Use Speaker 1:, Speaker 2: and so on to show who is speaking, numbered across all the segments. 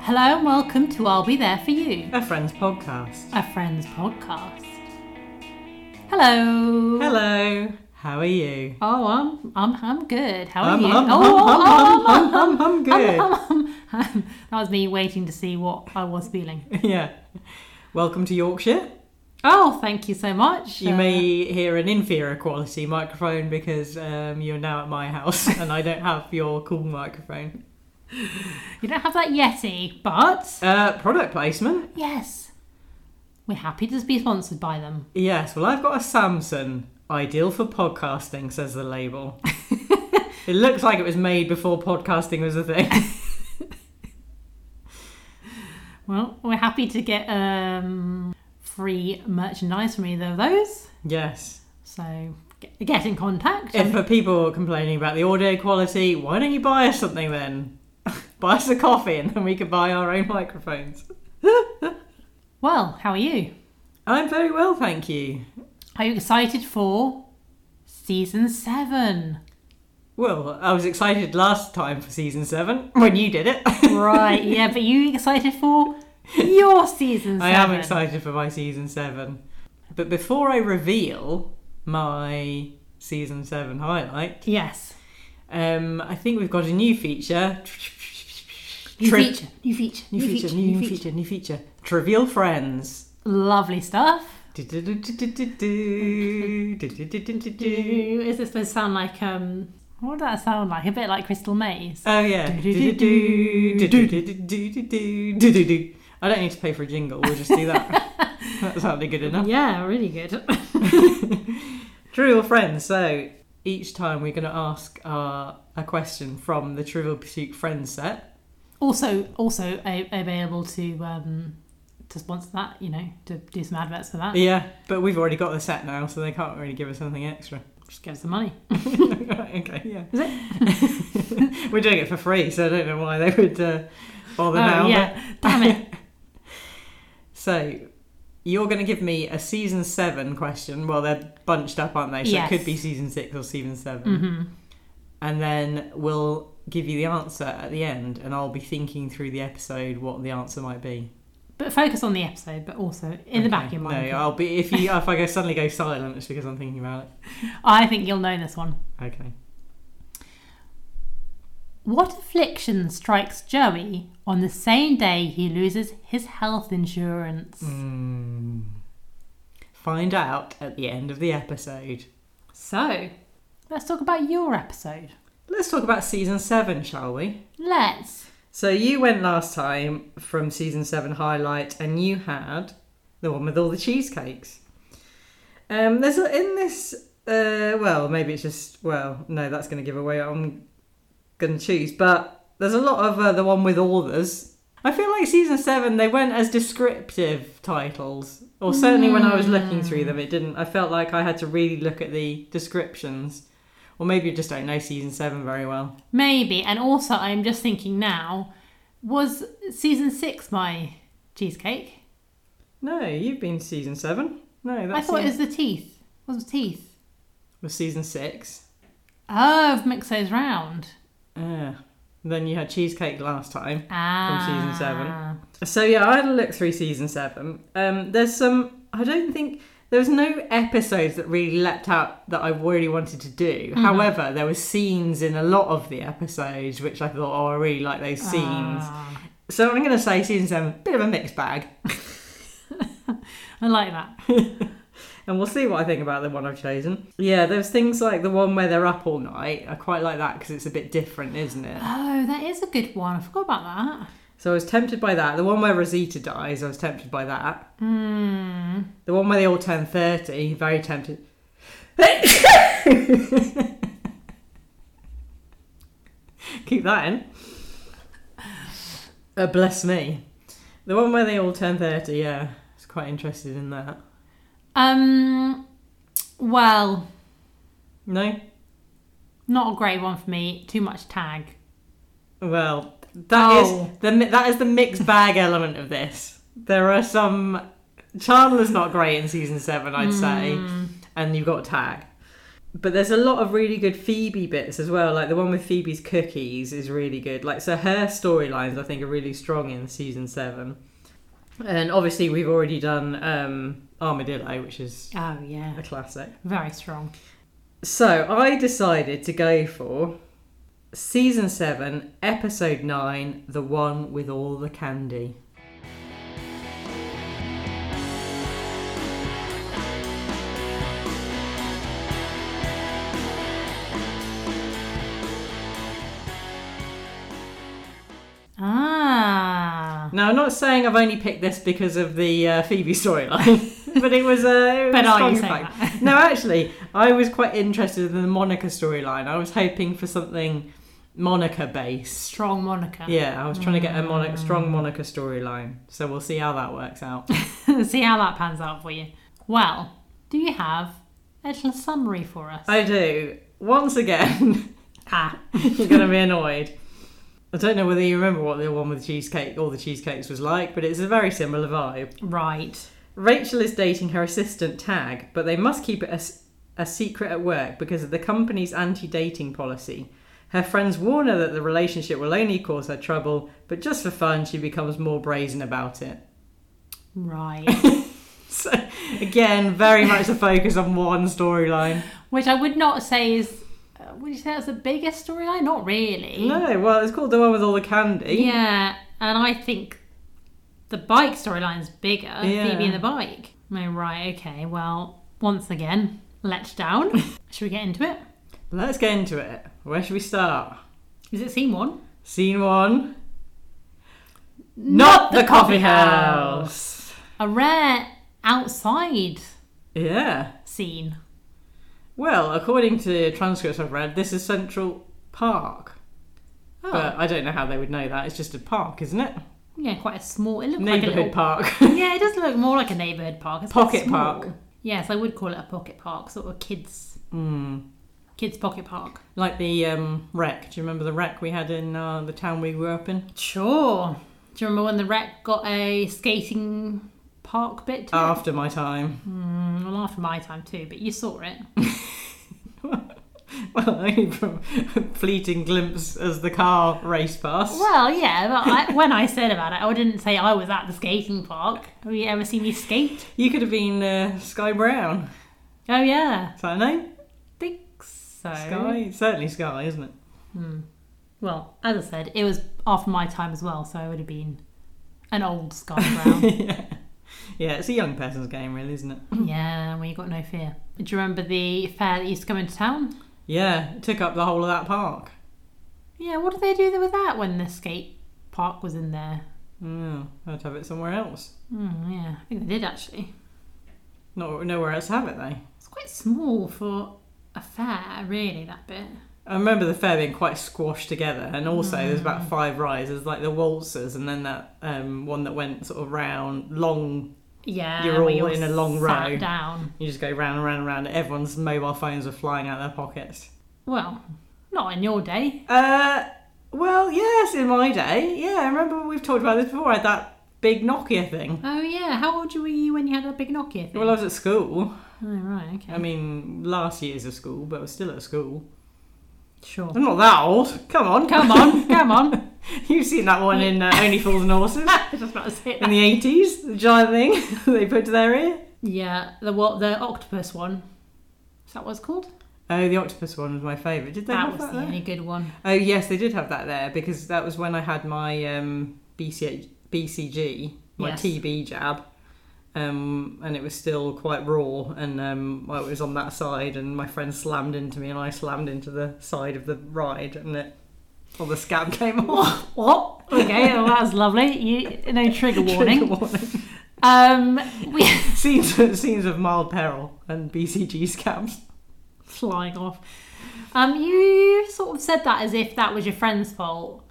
Speaker 1: Hello and welcome to I'll Be There For You,
Speaker 2: A Friends podcast.
Speaker 1: a Friends podcast. Hello.
Speaker 2: Hello, how are you?
Speaker 1: Oh, I'm, I'm, I'm good. How are
Speaker 2: I'm,
Speaker 1: you?
Speaker 2: I'm,
Speaker 1: oh, oh,
Speaker 2: I'm, I'm,
Speaker 1: oh,
Speaker 2: I'm, I'm, I'm
Speaker 1: I'm-
Speaker 2: good.
Speaker 1: I'm- I'm- that was me waiting to see what I was feeling.
Speaker 2: Yeah. Welcome to Yorkshire.
Speaker 1: Oh, thank you so much.
Speaker 2: You
Speaker 1: Uh,
Speaker 2: may hear an inferior quality microphone because um, you're now at my house and I don't have your cool microphone.
Speaker 1: You don't have that Yeti, but
Speaker 2: Uh, product placement?
Speaker 1: yes, we're happy to be sponsored by them.
Speaker 2: Yes, well, I've got a Samsung. Ideal for podcasting, says the label. it looks like it was made before podcasting was a thing.
Speaker 1: Well, we're happy to get um, free merchandise from either of those.
Speaker 2: Yes.
Speaker 1: So get, get in contact.
Speaker 2: And for people complaining about the audio quality, why don't you buy us something then? buy us a coffee and then we can buy our own microphones.
Speaker 1: Well, how are you?
Speaker 2: I'm very well, thank you.
Speaker 1: Are you excited for season seven?
Speaker 2: Well, I was excited last time for season seven when you did it.
Speaker 1: Right, yeah, but you excited for your season seven?
Speaker 2: I am excited for my season seven. But before I reveal my season seven highlight,
Speaker 1: Yes.
Speaker 2: um, I think we've got a new feature.
Speaker 1: New
Speaker 2: Tri-
Speaker 1: feature, new feature,
Speaker 2: New feature, new feature, new feature. Trivial friends.
Speaker 1: Lovely stuff.
Speaker 2: Oh
Speaker 1: Is this supposed to sound like, um, what would that sound like? A bit like Crystal Maze.
Speaker 2: yeah. I don't need to pay for a jingle. We'll just do that. that sounded good enough.
Speaker 1: Yeah, really good.
Speaker 2: Trivial friends. So each time we're going to ask uh, a question from the Trivial Pursuit friends set.
Speaker 1: also, also a- available to, um, to sponsor that, you know, to do some adverts for that.
Speaker 2: Yeah, but we've already got the set now, so they can't really give us anything extra.
Speaker 1: Just give us the money.
Speaker 2: okay, yeah.
Speaker 1: Is
Speaker 2: it? we're doing it for free, so I don't know why they would uh, bother now.
Speaker 1: oh,
Speaker 2: but-
Speaker 1: yeah. Damn it.
Speaker 2: So you're going to give me a season seven question. Well, they're bunched up, aren't they? So
Speaker 1: Yes.
Speaker 2: it could be season six or season 7
Speaker 1: hmm
Speaker 2: and then we'll give you the answer at the end, and I'll be thinking through the episode what the answer might be.
Speaker 1: But focus on the episode, but also in the back of your mind.
Speaker 2: No, I'll be if you if I go suddenly go silent, it's because I'm thinking about it.
Speaker 1: I think you'll know this one.
Speaker 2: Okay.
Speaker 1: What affliction strikes Joey on the same day he loses his health insurance?
Speaker 2: Mm. Find out at the end of the episode.
Speaker 1: So, let's talk about your episode.
Speaker 2: Let's talk about season seven, shall we?
Speaker 1: Let's.
Speaker 2: So you went last time from season seven highlight, and you had the one with all the cheesecakes. Um, there's a, in this. Uh, well, maybe it's just. Well, no, that's going to give away. what I'm going to choose, but there's a lot of uh, the one with authors. I feel like season seven they went as descriptive titles, or certainly when I was looking through them, it didn't. I felt like I had to really look at the descriptions, or maybe you just don't know season seven very well.
Speaker 1: Maybe. And also, I'm just thinking now was season six my cheesecake?
Speaker 2: No, you've been to season seven. No, that's
Speaker 1: I thought it
Speaker 2: season-
Speaker 1: was the teeth. Was it teeth?
Speaker 2: was season six.
Speaker 1: Oh, I've mixed those round.
Speaker 2: Uh, then you had cheesecake last time.
Speaker 1: Ah.
Speaker 2: season seven. So yeah, I had a look through season seven. Um, there's some. I don't think there was no episodes that really leapt out that I really wanted to do.
Speaker 1: Mm-hmm.
Speaker 2: However, there were scenes in a lot of the episodes which I thought, oh, I really like those scenes.
Speaker 1: Ah.
Speaker 2: So I'm going to say season seven, bit of a mixed bag,
Speaker 1: I like that.
Speaker 2: and we'll see what I think about the one I've chosen. Yeah, there's things like the one where they're up all night. I quite like that because it's a bit different, isn't it?
Speaker 1: Oh, that is a good one. I forgot about that.
Speaker 2: So I was tempted by that. The one where Rosita dies, I was tempted by that.
Speaker 1: Hmm.
Speaker 2: The one where they all turn 30, very tempted. Keep that in. Uh, bless me. The one where they all turn 30, yeah. I was quite interested in that.
Speaker 1: Um. Well,
Speaker 2: No?
Speaker 1: not a great one for me. Too much tag.
Speaker 2: Well, that is
Speaker 1: Oh.
Speaker 2: the mi- that is the mixed bag element of this. There are
Speaker 1: Hmm. Mm.
Speaker 2: some Chandler's not great in season seven, I'd say, and you've got Tag. But there's a lot of really good Phoebe bits as well. Like the one with Phoebe's cookies is really good. Like so, her storylines I think are really strong in season seven. And obviously, we've already done um, Armadillo, which is
Speaker 1: Oh, yeah.
Speaker 2: a classic.
Speaker 1: Very strong.
Speaker 2: So I decided to go for season seven, episode nine, the one with all the candy.
Speaker 1: Ah.
Speaker 2: Now, I'm not saying I've only picked this because of the uh, Phoebe storyline, but it was a. It was
Speaker 1: But
Speaker 2: a
Speaker 1: are you
Speaker 2: strong
Speaker 1: saying
Speaker 2: fact.
Speaker 1: that?
Speaker 2: No, actually, I was quite interested in the Monica storyline. I was hoping for something Monica based.
Speaker 1: Strong Monica.
Speaker 2: Yeah, I was trying to get a Monica, strong Monica storyline. So we'll see how that works out.
Speaker 1: See how that pans out for you. Well, do you have a little summary for us?
Speaker 2: I do. Once again,
Speaker 1: ah,
Speaker 2: You're gonna be annoyed. I don't know whether you remember what the one with cheesecake, all the cheesecakes was like, but it's a very similar vibe.
Speaker 1: right.
Speaker 2: Rachel is dating her assistant Tag, but they must keep it a, s- a secret at work because of the company's anti-dating policy. Her friends warn her that the relationship will only cause her trouble, but just for fun, she becomes more brazen about it.
Speaker 1: Right.
Speaker 2: So, again, very much a focus on one storyline.
Speaker 1: Which I would not say is. Uh, would you say that's the biggest storyline? Not really.
Speaker 2: No, well, it's called the one with all the candy.
Speaker 1: Yeah, and I think the bike storyline's bigger. Phoebe and the bike. No, right. Okay. Well, once again, let down. Should we get into it?
Speaker 2: Let's get into it. Where should we start?
Speaker 1: Is it scene one?
Speaker 2: Scene one.
Speaker 1: Not the coffee house. A rare outside
Speaker 2: Yeah.
Speaker 1: scene.
Speaker 2: Well, according to transcripts I've read, this is Central Park.
Speaker 1: Oh.
Speaker 2: But I don't know how they would know that. It's just a park, isn't it?
Speaker 1: Yeah, quite a small. It looks like a
Speaker 2: Neighbourhood
Speaker 1: little
Speaker 2: park.
Speaker 1: yeah, it does look more like a neighbourhood park. It's
Speaker 2: Pocket
Speaker 1: quite small.
Speaker 2: park.
Speaker 1: Yes, I would call it a pocket park, sort of kids, Hmm.
Speaker 2: mm.
Speaker 1: kids pocket park.
Speaker 2: Like the um, wreck. Do you remember the wreck we had in uh, the town we grew up in?
Speaker 1: Sure. Do you remember when the rec got a skating park bit? to it?
Speaker 2: After my time.
Speaker 1: Mm, well, after my time too, but you saw it.
Speaker 2: Well, only from fleeting glimpse as the car raced past.
Speaker 1: Well, yeah, but I, when I said about it, I didn't say I was at the skating park. Have you ever seen me skate?
Speaker 2: You could have been uh, Sky Brown.
Speaker 1: Oh yeah,
Speaker 2: Is that her name?
Speaker 1: think so.
Speaker 2: Sky? Certainly Sky, isn't it?
Speaker 1: Well, as I said, it was after my time as well, so I would have been an old Sky Brown.
Speaker 2: yeah. yeah, it's a young person's game, really, isn't it?
Speaker 1: Yeah, well, you got no fear. Do you remember the fair that used to come into town?
Speaker 2: Yeah, it took up the whole of that park.
Speaker 1: Yeah, what did they do with that when the skate park was in there?
Speaker 2: Yeah, I'd have it somewhere else.
Speaker 1: Mm, yeah, I think they did actually.
Speaker 2: Not nowhere else to have it though.
Speaker 1: It's quite small for a fair, really, that bit.
Speaker 2: I remember the fair being quite squashed together, and also there's
Speaker 1: Mm.
Speaker 2: about five rides. There's like the waltzers, and then that um, one that went sort of round, long.
Speaker 1: Yeah,
Speaker 2: You're
Speaker 1: where
Speaker 2: all in a long
Speaker 1: sat
Speaker 2: row.
Speaker 1: down.
Speaker 2: You just go round and round and round. and Everyone's mobile phones are flying out of their pockets.
Speaker 1: Well, not in your day.
Speaker 2: Uh, well, yes, in my day, yeah. I remember we've talked about this before. I had that big Nokia thing.
Speaker 1: Oh yeah, how old were you when you had that big Nokia? Thing?
Speaker 2: Well, I was at school.
Speaker 1: oh right, okay,
Speaker 2: I mean, last year's of school, but I was still at school.
Speaker 1: sure.
Speaker 2: I'm not that old. Come on.
Speaker 1: Come on, come on.
Speaker 2: You've seen that one in uh, Only Fools and Horses
Speaker 1: I was just about to say
Speaker 2: in
Speaker 1: that.
Speaker 2: the 80s, the giant thing they put eh? to their ear.
Speaker 1: Yeah, the what the octopus one. Is that what it's called?
Speaker 2: Oh, the octopus one was my favourite. Did they
Speaker 1: that
Speaker 2: have
Speaker 1: was
Speaker 2: that
Speaker 1: the
Speaker 2: there?
Speaker 1: only good one.
Speaker 2: Oh, yes, they did have that there because that was when I had my um, BCH, BCG, my
Speaker 1: Yes.
Speaker 2: TB jab. Um, and it was still quite raw, and um, I was on that side, and my friend slammed into me, and I slammed into the side of the ride, and it, all the scab came off.
Speaker 1: What? Okay, well, that's lovely. You, no trigger warning.
Speaker 2: Trigger warning.
Speaker 1: Um, we
Speaker 2: scenes, scenes of mild peril and BCG scams.
Speaker 1: flying off. Um, you sort of said that as if that was your friend's fault.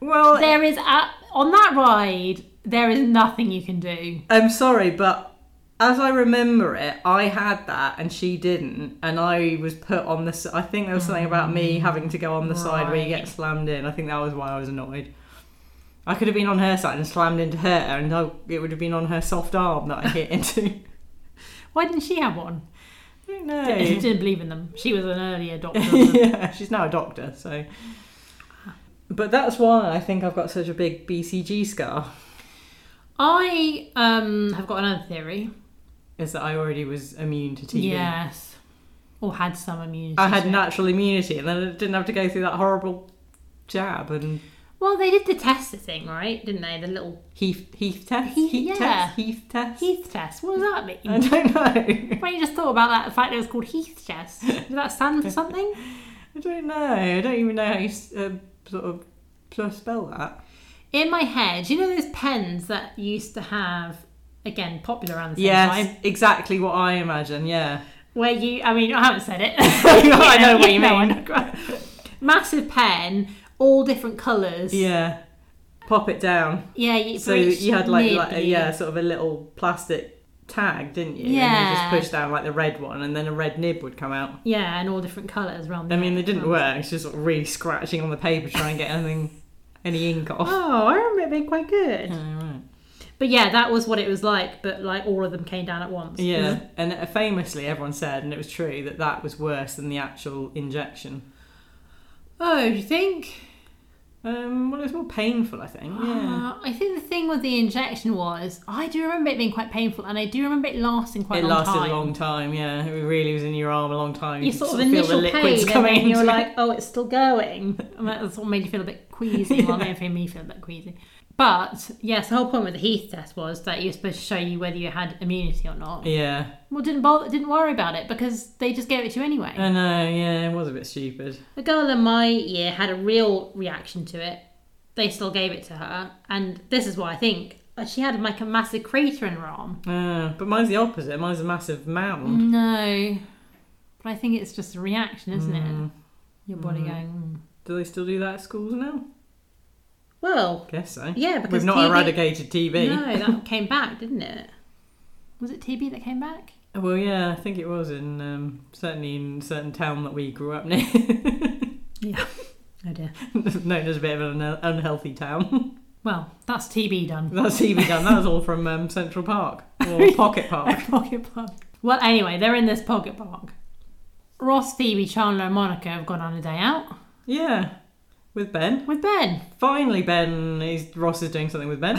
Speaker 2: Well,
Speaker 1: There is a, on that ride, there is nothing you can do.
Speaker 2: I'm sorry, but as I remember it, I had that and she didn't, and I was put on the. s- I think there was something about me having to go on the side where you get
Speaker 1: Right.
Speaker 2: slammed in. I think that was why I was annoyed. I could have been on her side and slammed into her, and I, it would have been on her soft arm that I hit into.
Speaker 1: Why didn't she have one?
Speaker 2: I don't
Speaker 1: She
Speaker 2: know.
Speaker 1: didn't believe in them. She was an early adopter. of them.
Speaker 2: yeah, she's now a doctor, so. But that's why I think I've got such a big BCG scar.
Speaker 1: I um, have got another theory.
Speaker 2: Is that I already was immune to TB.
Speaker 1: Yes. Or had some immunity.
Speaker 2: I
Speaker 1: to
Speaker 2: had
Speaker 1: it.
Speaker 2: natural immunity, and then I didn't have to go through that horrible jab and
Speaker 1: Well, they did the test thing, right? Didn't they? The little
Speaker 2: Heath Heath test.
Speaker 1: Heath-
Speaker 2: Heath
Speaker 1: yeah.
Speaker 2: test. Heath test.
Speaker 1: Heath test. What does that mean?
Speaker 2: I don't know.
Speaker 1: Why you just thought about that? The fact that it was called Heath Chess. Did that stand for something?
Speaker 2: I don't know. I don't even know how you s- uh, sort of sort of spell that.
Speaker 1: In my head, you know those pens that used to have, again, popular around the same
Speaker 2: Yes,
Speaker 1: time,
Speaker 2: exactly what I imagine. Yeah.
Speaker 1: where you, I mean, I haven't said it.
Speaker 2: I know what you
Speaker 1: I
Speaker 2: mean.
Speaker 1: know. Massive pen, all different colours.
Speaker 2: Yeah. Pop it down.
Speaker 1: Yeah, you,
Speaker 2: So
Speaker 1: for each
Speaker 2: you had like, like a,
Speaker 1: nib,
Speaker 2: yeah, sort of a little plastic tag, didn't you?
Speaker 1: Yeah.
Speaker 2: And you just pushed down like the red one, and then a red nib would come out.
Speaker 1: Yeah, and all different colours around the
Speaker 2: I mean,
Speaker 1: nib.
Speaker 2: they didn't work. It's just sort of really scratching on the paper, trying to get anything, any ink off.
Speaker 1: Oh, I remember it being quite good.
Speaker 2: Yeah, right.
Speaker 1: But yeah, that was what it was like, but like all of them came down at once.
Speaker 2: Yeah, and uh, famously, everyone said, and it was true, that that was worse than the actual injection.
Speaker 1: Oh, do you think?
Speaker 2: Um, well, it was more painful, I think. Yeah.
Speaker 1: Uh, I think the thing with the injection was I do remember it being quite painful, and I do remember it lasting quite
Speaker 2: it
Speaker 1: a long
Speaker 2: lasted
Speaker 1: time.
Speaker 2: a long time, yeah. It really was in your arm a long time.
Speaker 1: You
Speaker 2: could
Speaker 1: sort of
Speaker 2: feel
Speaker 1: initial pain, and then you're
Speaker 2: into it.
Speaker 1: like, oh, it's still going. And that's what made you feel a bit queasy. Well, it made me feel a bit queasy. But yes, the whole point with the Heath test was that you were supposed to show you whether you had immunity or not.
Speaker 2: Yeah.
Speaker 1: Well, didn't bother, didn't worry about it because they just gave it to you anyway.
Speaker 2: I know, yeah, it was a bit stupid.
Speaker 1: A girl in my year had a real reaction to it. They still gave it to her, and this is why I think Uh, she had like a massive crater in her arm.
Speaker 2: Uh, but mine's the opposite. Mine's a massive mound.
Speaker 1: No, but I think it's just a reaction, isn't
Speaker 2: Mm.
Speaker 1: it? Your body
Speaker 2: Mm.
Speaker 1: going. "Mm."
Speaker 2: Do they still do that at schools now?
Speaker 1: Well,
Speaker 2: Guess so.
Speaker 1: yeah, because
Speaker 2: We've not
Speaker 1: TB
Speaker 2: eradicated TB.
Speaker 1: No, that came back, didn't it? Was it TB that came back?
Speaker 2: Well, yeah, I think it was in um, certainly in a certain town that we grew up near,
Speaker 1: Oh dear.
Speaker 2: known as a bit of an un- unhealthy town.
Speaker 1: Well, that's TB done.
Speaker 2: That's even done. That was all from um, Central Park or Pocket Park.
Speaker 1: pocket park. Well, anyway, they're in this pocket park. Ross, Phoebe, Chandler, and Monica have gone on a day out
Speaker 2: Yeah, with Ben.
Speaker 1: with Ben.
Speaker 2: Finally, Ben. He's, Ross is doing something with Ben.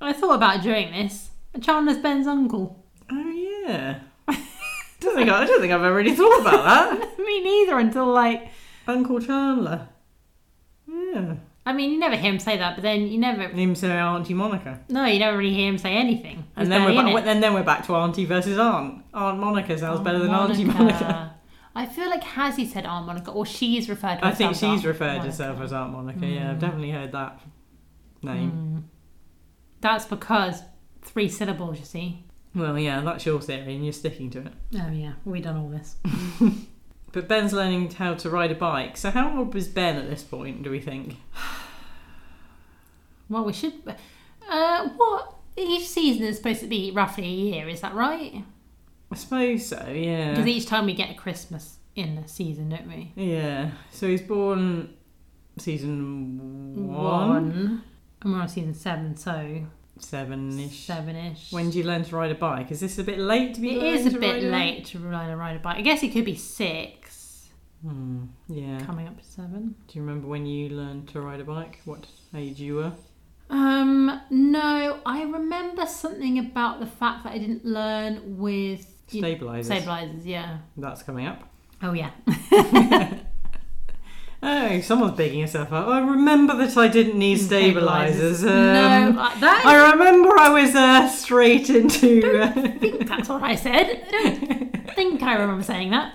Speaker 1: I thought about doing this. Chandler's Ben's uncle.
Speaker 2: oh yeah. don't think I, I don't think I've ever really thought about that.
Speaker 1: Me neither until like
Speaker 2: Uncle Chandler. Yeah.
Speaker 1: I mean you never hear him say that, but then you never
Speaker 2: Him say Auntie Monica.
Speaker 1: no, you never really hear him say anything. He's
Speaker 2: And then we're,
Speaker 1: barely in
Speaker 2: back,
Speaker 1: it.
Speaker 2: then, then we're back to Auntie versus Aunt. Aunt Monica sounds
Speaker 1: Aunt
Speaker 2: better than Auntie Monica.
Speaker 1: I feel like has he said Aunt Monica or she is referred to
Speaker 2: I think
Speaker 1: herself as
Speaker 2: she's
Speaker 1: Aunt
Speaker 2: referred
Speaker 1: Monica. Mm.
Speaker 2: herself as Aunt Monica. Yeah, I've definitely heard that name.
Speaker 1: That's because three syllables, you see.
Speaker 2: Well, yeah, that's your theory, and you're sticking to it.
Speaker 1: Oh yeah, we done all this.
Speaker 2: But Ben's learning how to ride a bike. So how old was Ben at this point? Do we think?
Speaker 1: Well we should uh what each season is supposed to be roughly a year, is that right?
Speaker 2: I suppose so. Yeah.
Speaker 1: Because each time we get a Christmas in the season, don't we?
Speaker 2: Yeah. So he's born season
Speaker 1: one.
Speaker 2: one,
Speaker 1: And we're on season seven, so
Speaker 2: seven-ish.
Speaker 1: seven ish.
Speaker 2: When do you learn to ride a bike? Is this a bit late to be?
Speaker 1: it
Speaker 2: learning
Speaker 1: is a
Speaker 2: to
Speaker 1: bit
Speaker 2: ride bike?
Speaker 1: late to ride a ride a bike. I guess it could be six,
Speaker 2: Hmm, yeah.
Speaker 1: coming up to seven.
Speaker 2: Do you remember when you learned to ride a bike? What age you were?
Speaker 1: Um, no, I remember something about the fact that I didn't learn with you-
Speaker 2: Stabilizers.
Speaker 1: stabilizers. Yeah.
Speaker 2: That's coming up.
Speaker 1: Oh yeah.
Speaker 2: Oh, someone's bigging herself up. Oh, I remember that I didn't need stabilizers. Um,
Speaker 1: no, I- that
Speaker 2: I remember I was uh, straight into. Uh,
Speaker 1: I think that's what I said. I don't think I remember saying that.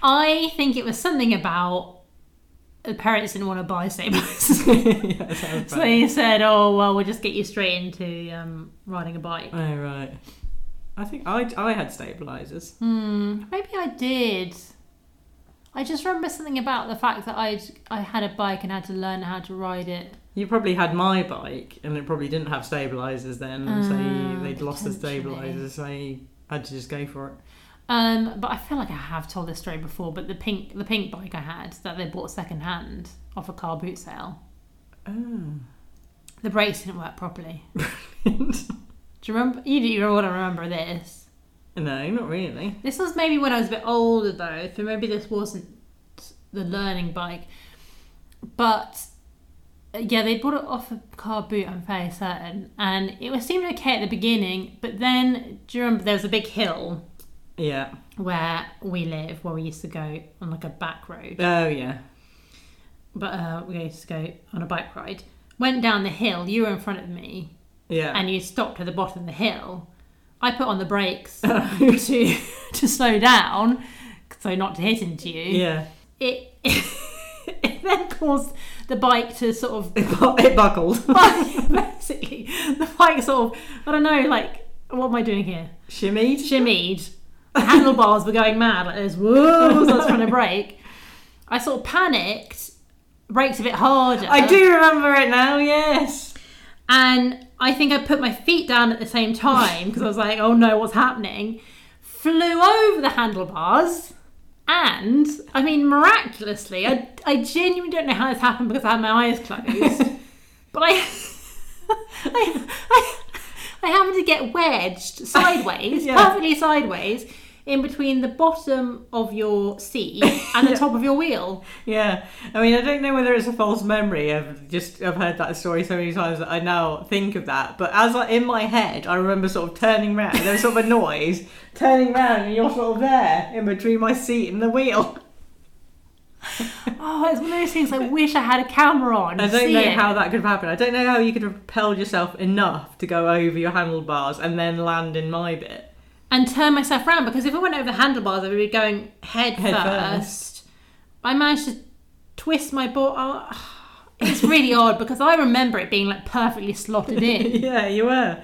Speaker 1: I think it was something about the parents didn't want to buy stabilizers.
Speaker 2: yeah, that sounds
Speaker 1: So
Speaker 2: bad.
Speaker 1: they said, "Oh well, we'll just get you straight into um, riding a bike."
Speaker 2: Oh right. I think I, I had stabilizers.
Speaker 1: Hmm, maybe I did. I just remember something about the fact that I I had a bike and had to learn how to ride it.
Speaker 2: You probably had my bike, and it probably didn't have stabilizers then, and so you-
Speaker 1: Ah,
Speaker 2: they'd lost the
Speaker 1: potentially.
Speaker 2: stabilizers, so you had to just go for it.
Speaker 1: Um, but I feel like I have told this story before. But the pink the pink bike I had that they bought second hand off a car boot sale.
Speaker 2: Oh.
Speaker 1: The brakes didn't work properly. Do you remember? You do you remember? what I remember this.
Speaker 2: No, not really.
Speaker 1: This was maybe when I was a bit older though, so maybe this wasn't the learning bike. But uh, yeah, they bought it off a car boot, I'm fairly certain. And it was seemed okay at the beginning, but then do you remember there was a big hill
Speaker 2: Yeah.
Speaker 1: where we live, where we used to go on like a back road.
Speaker 2: Oh, yeah.
Speaker 1: But uh, we used to go on a bike ride. Went down the hill, you were in front of me,
Speaker 2: Yeah.
Speaker 1: and you stopped at the bottom of the hill, I put on the brakes to to slow down, so not to hit into you.
Speaker 2: yeah.
Speaker 1: It, it then caused the bike to sort of
Speaker 2: It, bu- it buckled.
Speaker 1: basically the bike sort of I don't know like what am I doing here?
Speaker 2: Shimmied.
Speaker 1: Shimmied. The handlebars were going mad like there's whoa as I was trying to brake. I sort of panicked, braked a bit harder.
Speaker 2: I do remember it now, yes.
Speaker 1: And I think I put my feet down at the same time because I was like, oh no, what's happening? Flew over the handlebars. And I mean, miraculously, I, I genuinely don't know how this happened because I had my eyes closed. but I, I, I, I happened to get wedged sideways,
Speaker 2: Yeah.
Speaker 1: perfectly sideways, in between the bottom of your seat and the
Speaker 2: Yeah.
Speaker 1: top of your wheel.
Speaker 2: Yeah, I mean, I don't know whether it's a false memory. I've just I've heard that story so many times that I now think of that. But as I, in my head, I remember sort of turning round. There was sort of a noise, turning round, and you're sort of there in between my seat and the wheel.
Speaker 1: Oh, it's one of those things I wish I had a camera on.
Speaker 2: I
Speaker 1: to
Speaker 2: don't
Speaker 1: see
Speaker 2: know
Speaker 1: it.
Speaker 2: how that could have happened. I don't know how you could have propelled yourself enough to go over your handlebars and then land in my bit.
Speaker 1: and turn myself round because if I went over the handlebars, I would be going head,
Speaker 2: Head
Speaker 1: first. I managed to twist my board. Oh, it's really odd because I remember it being like perfectly slotted in.
Speaker 2: yeah, you were.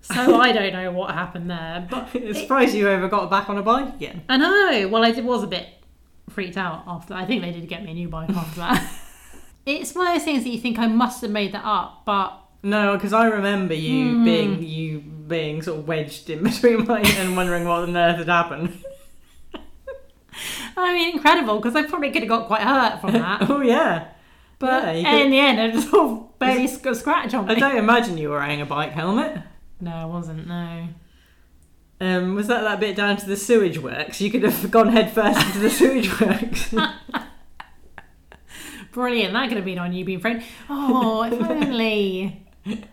Speaker 1: So I don't know what happened there, but
Speaker 2: It's
Speaker 1: it-
Speaker 2: surprised you ever got back on a bike again.
Speaker 1: I know. Well, I did, was a bit freaked out after. I think they did get me a new bike after that. it's one of those things that you think I must have made that up, but
Speaker 2: No, because I remember you being you being sort of wedged in between mine and wondering what on earth had happened.
Speaker 1: I mean, incredible because I probably could have got quite hurt from that.
Speaker 2: oh yeah,
Speaker 1: But
Speaker 2: Yeah, you
Speaker 1: in the end, I just sort of barely got a scratch on
Speaker 2: I
Speaker 1: me.
Speaker 2: don't imagine you were wearing a bike helmet.
Speaker 1: No, I wasn't. No.
Speaker 2: Um, was that that bit down to the sewage works? You could have gone headfirst into the sewage works.
Speaker 1: Brilliant. That could have been on You Being Friend. Oh, if only.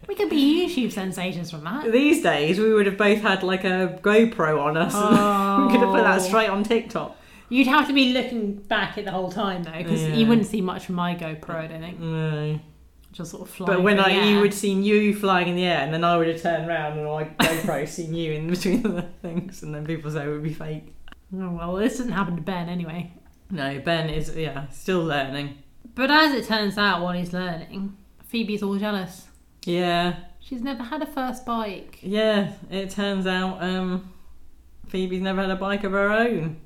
Speaker 1: We could be YouTube sensations from that.
Speaker 2: These days, we would have both had like a GoPro on us.
Speaker 1: Oh.
Speaker 2: we could have put that straight on TikTok.
Speaker 1: You'd have to be looking back at the whole time, though, because
Speaker 2: Yeah.
Speaker 1: you wouldn't see much from my GoPro, I don't think.
Speaker 2: No.
Speaker 1: Just sort of flying.
Speaker 2: But when
Speaker 1: through the
Speaker 2: I, you
Speaker 1: air.
Speaker 2: would seen you flying in the air, and then I would have turned around and my GoPro seen you in between the things, and then people say it would be fake.
Speaker 1: Oh, well, this doesn't happen to Ben anyway.
Speaker 2: No, Ben is yeah still learning.
Speaker 1: But as it turns out, while he's learning, Phoebe's all jealous.
Speaker 2: Yeah,
Speaker 1: She's never had a first bike.
Speaker 2: yeah. It turns out um, Phoebe's never had a bike of her own.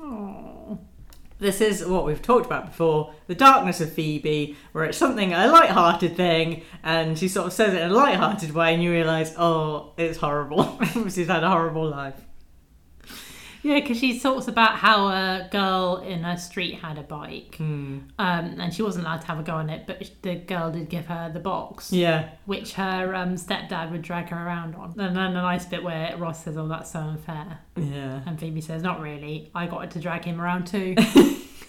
Speaker 1: Oh.
Speaker 2: This is what we've talked about before: the darkness of Phoebe, where it's something a light-hearted thing, and she sort of says it in a light-hearted way, and you realise, oh, it's horrible. She's had a horrible life.
Speaker 1: Yeah, because she talks about how a girl in her street had a bike.
Speaker 2: Hmm.
Speaker 1: um, and she wasn't allowed to have a go on it, but the girl did give her the box,
Speaker 2: Yeah,
Speaker 1: which her um, stepdad would drag her around on. And then a nice bit where Ross says, "Oh, that's so unfair,"
Speaker 2: yeah.
Speaker 1: and Phoebe says, "Not really. I got to drag him around too."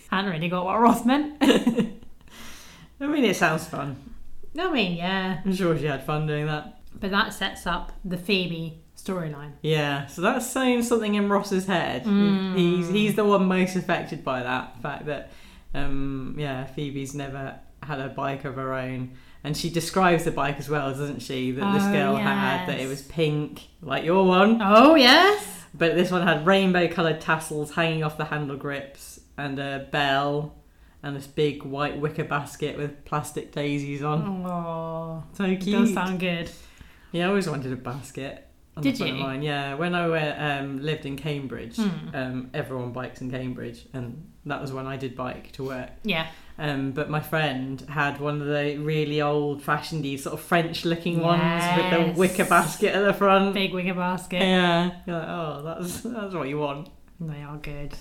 Speaker 1: Hadn't really got what Ross meant.
Speaker 2: I mean, it sounds fun.
Speaker 1: I mean, yeah,
Speaker 2: I'm sure she had fun doing that.
Speaker 1: but that sets up the Phoebe storyline.
Speaker 2: Yeah, so that's saying something in Ross's head.
Speaker 1: Mm.
Speaker 2: He's he's the one most affected by that fact that um yeah, Phoebe's never had a bike of her own. And she describes the bike as well, doesn't she? That this
Speaker 1: Oh,
Speaker 2: girl had that it
Speaker 1: yes.
Speaker 2: was pink, like your one,
Speaker 1: Oh yes,
Speaker 2: but this one had rainbow-coloured tassels hanging off the handle grips and a bell and this big white wicker basket with plastic daisies on.
Speaker 1: oh,
Speaker 2: So
Speaker 1: it
Speaker 2: cute.
Speaker 1: does sound good.
Speaker 2: Yeah, I always wanted a basket. On
Speaker 1: Did
Speaker 2: the front
Speaker 1: you?
Speaker 2: Of mine. Yeah, when I went, um, lived in Cambridge,
Speaker 1: Hmm.
Speaker 2: um, everyone bikes in Cambridge, and that was when I did bike to work.
Speaker 1: Yeah,
Speaker 2: Um, but my friend had one of the really old fashioned sort of French looking ones with
Speaker 1: Yes.
Speaker 2: the wicker basket at the front.
Speaker 1: big wicker basket.
Speaker 2: Yeah, you're like, oh, that's that's what you want.
Speaker 1: They are good.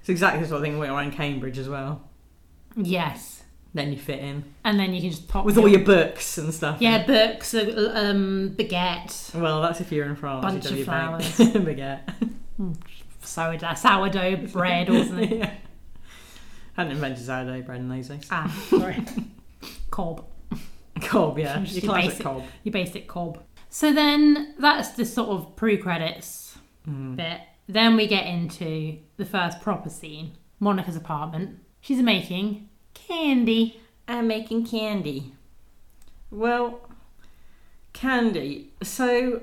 Speaker 2: It's exactly the sort of thing we were in Cambridge as well.
Speaker 1: Yes,
Speaker 2: Then you fit in
Speaker 1: and then you can just pop
Speaker 2: with all your books and stuff.
Speaker 1: yeah books, uh, um, baguette,
Speaker 2: Well, that's if you're in France.
Speaker 1: Bunch
Speaker 2: you
Speaker 1: of
Speaker 2: don't eat
Speaker 1: flowers.
Speaker 2: baked baguette.
Speaker 1: sourdough, sourdough bread or something.
Speaker 2: yeah. Hadn't invented sourdough bread in those days.
Speaker 1: Ah, sorry. cob.
Speaker 2: Cob, yeah.
Speaker 1: Just
Speaker 2: Your
Speaker 1: your
Speaker 2: classic
Speaker 1: basic-
Speaker 2: cob.
Speaker 1: Your basic cob. So then that's the sort of pre credits bit. Then we get into the first proper scene Monica's apartment. She's making candy.
Speaker 2: I'm making candy. Well, candy. So,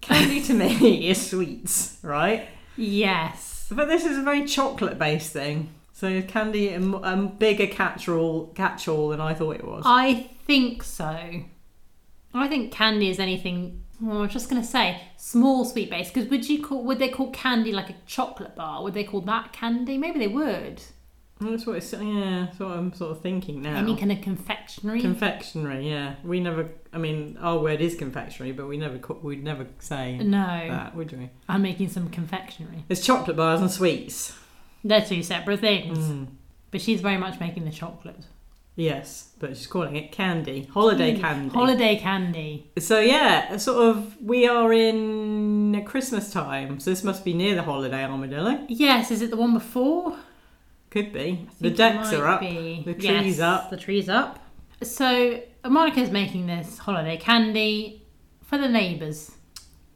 Speaker 2: candy to me is sweets, right?
Speaker 1: Yes.
Speaker 2: But this is a very chocolate-based thing. So candy a, m- a bigger catch-all, catch-all than I thought it was.
Speaker 1: I think so. I think candy is anything. well, I was just gonna say small sweet base because would you call would they call candy like a chocolate bar? Would they call that candy? Maybe they would.
Speaker 2: And That's what it's, yeah, that's what I'm sort of thinking now.
Speaker 1: Any kind of confectionery.
Speaker 2: confectionery, yeah. We never, I mean, our word is confectionery, but we never, co- we'd never say
Speaker 1: no,
Speaker 2: that, would we?
Speaker 1: I'm making some confectionery.
Speaker 2: There's chocolate bars and sweets.
Speaker 1: They're two separate things.
Speaker 2: Mm.
Speaker 1: But she's very much making the chocolate. Mm.
Speaker 2: Yes, but she's calling it candy, holiday candy.
Speaker 1: Holiday candy.
Speaker 2: So yeah, sort of we are in Christmas time, so this must be near the holiday armadillo.
Speaker 1: Yes, is it the one before?
Speaker 2: Could be.
Speaker 1: I
Speaker 2: The
Speaker 1: think it
Speaker 2: decks
Speaker 1: might
Speaker 2: are up.
Speaker 1: be.
Speaker 2: the tree's
Speaker 1: Yes,
Speaker 2: up.
Speaker 1: The tree's up. So Monica's making this holiday candy for the neighbours,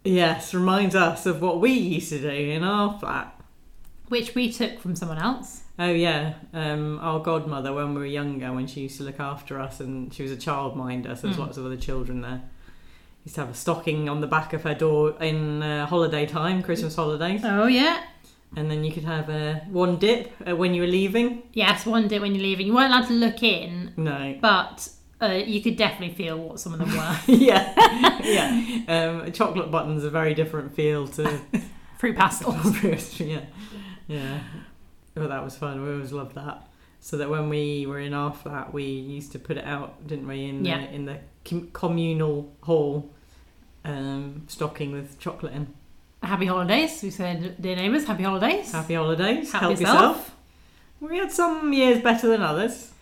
Speaker 2: Yes, reminds us of what we used to do in our flat.
Speaker 1: which we took from someone else.
Speaker 2: Oh yeah, um, our godmother when we were younger, when she used to look after us, and she was a childminder, so there's
Speaker 1: Mm.
Speaker 2: lots of other children there. Used to have a stocking on the back of her door in uh, holiday time, Christmas holidays,
Speaker 1: Oh yeah.
Speaker 2: and then you could have uh, one dip uh, when you were leaving.
Speaker 1: Yes, one day when you're leaving, you weren't allowed to look in,
Speaker 2: No,
Speaker 1: but uh, you could definitely feel what some of them were.
Speaker 2: yeah, yeah. Um, chocolate buttons a very different feel to
Speaker 1: Fruit pastels.
Speaker 2: yeah, yeah. But that was fun. We always loved that. So that when we were in our flat, we used to put it out, didn't we? In
Speaker 1: Yeah.
Speaker 2: the in the com- communal hall, um, stocking with chocolate in.
Speaker 1: Happy holidays. We said, dear neighbours, happy holidays.
Speaker 2: Happy holidays.
Speaker 1: Help
Speaker 2: Help
Speaker 1: yourself.
Speaker 2: yourself. We had some years better than others.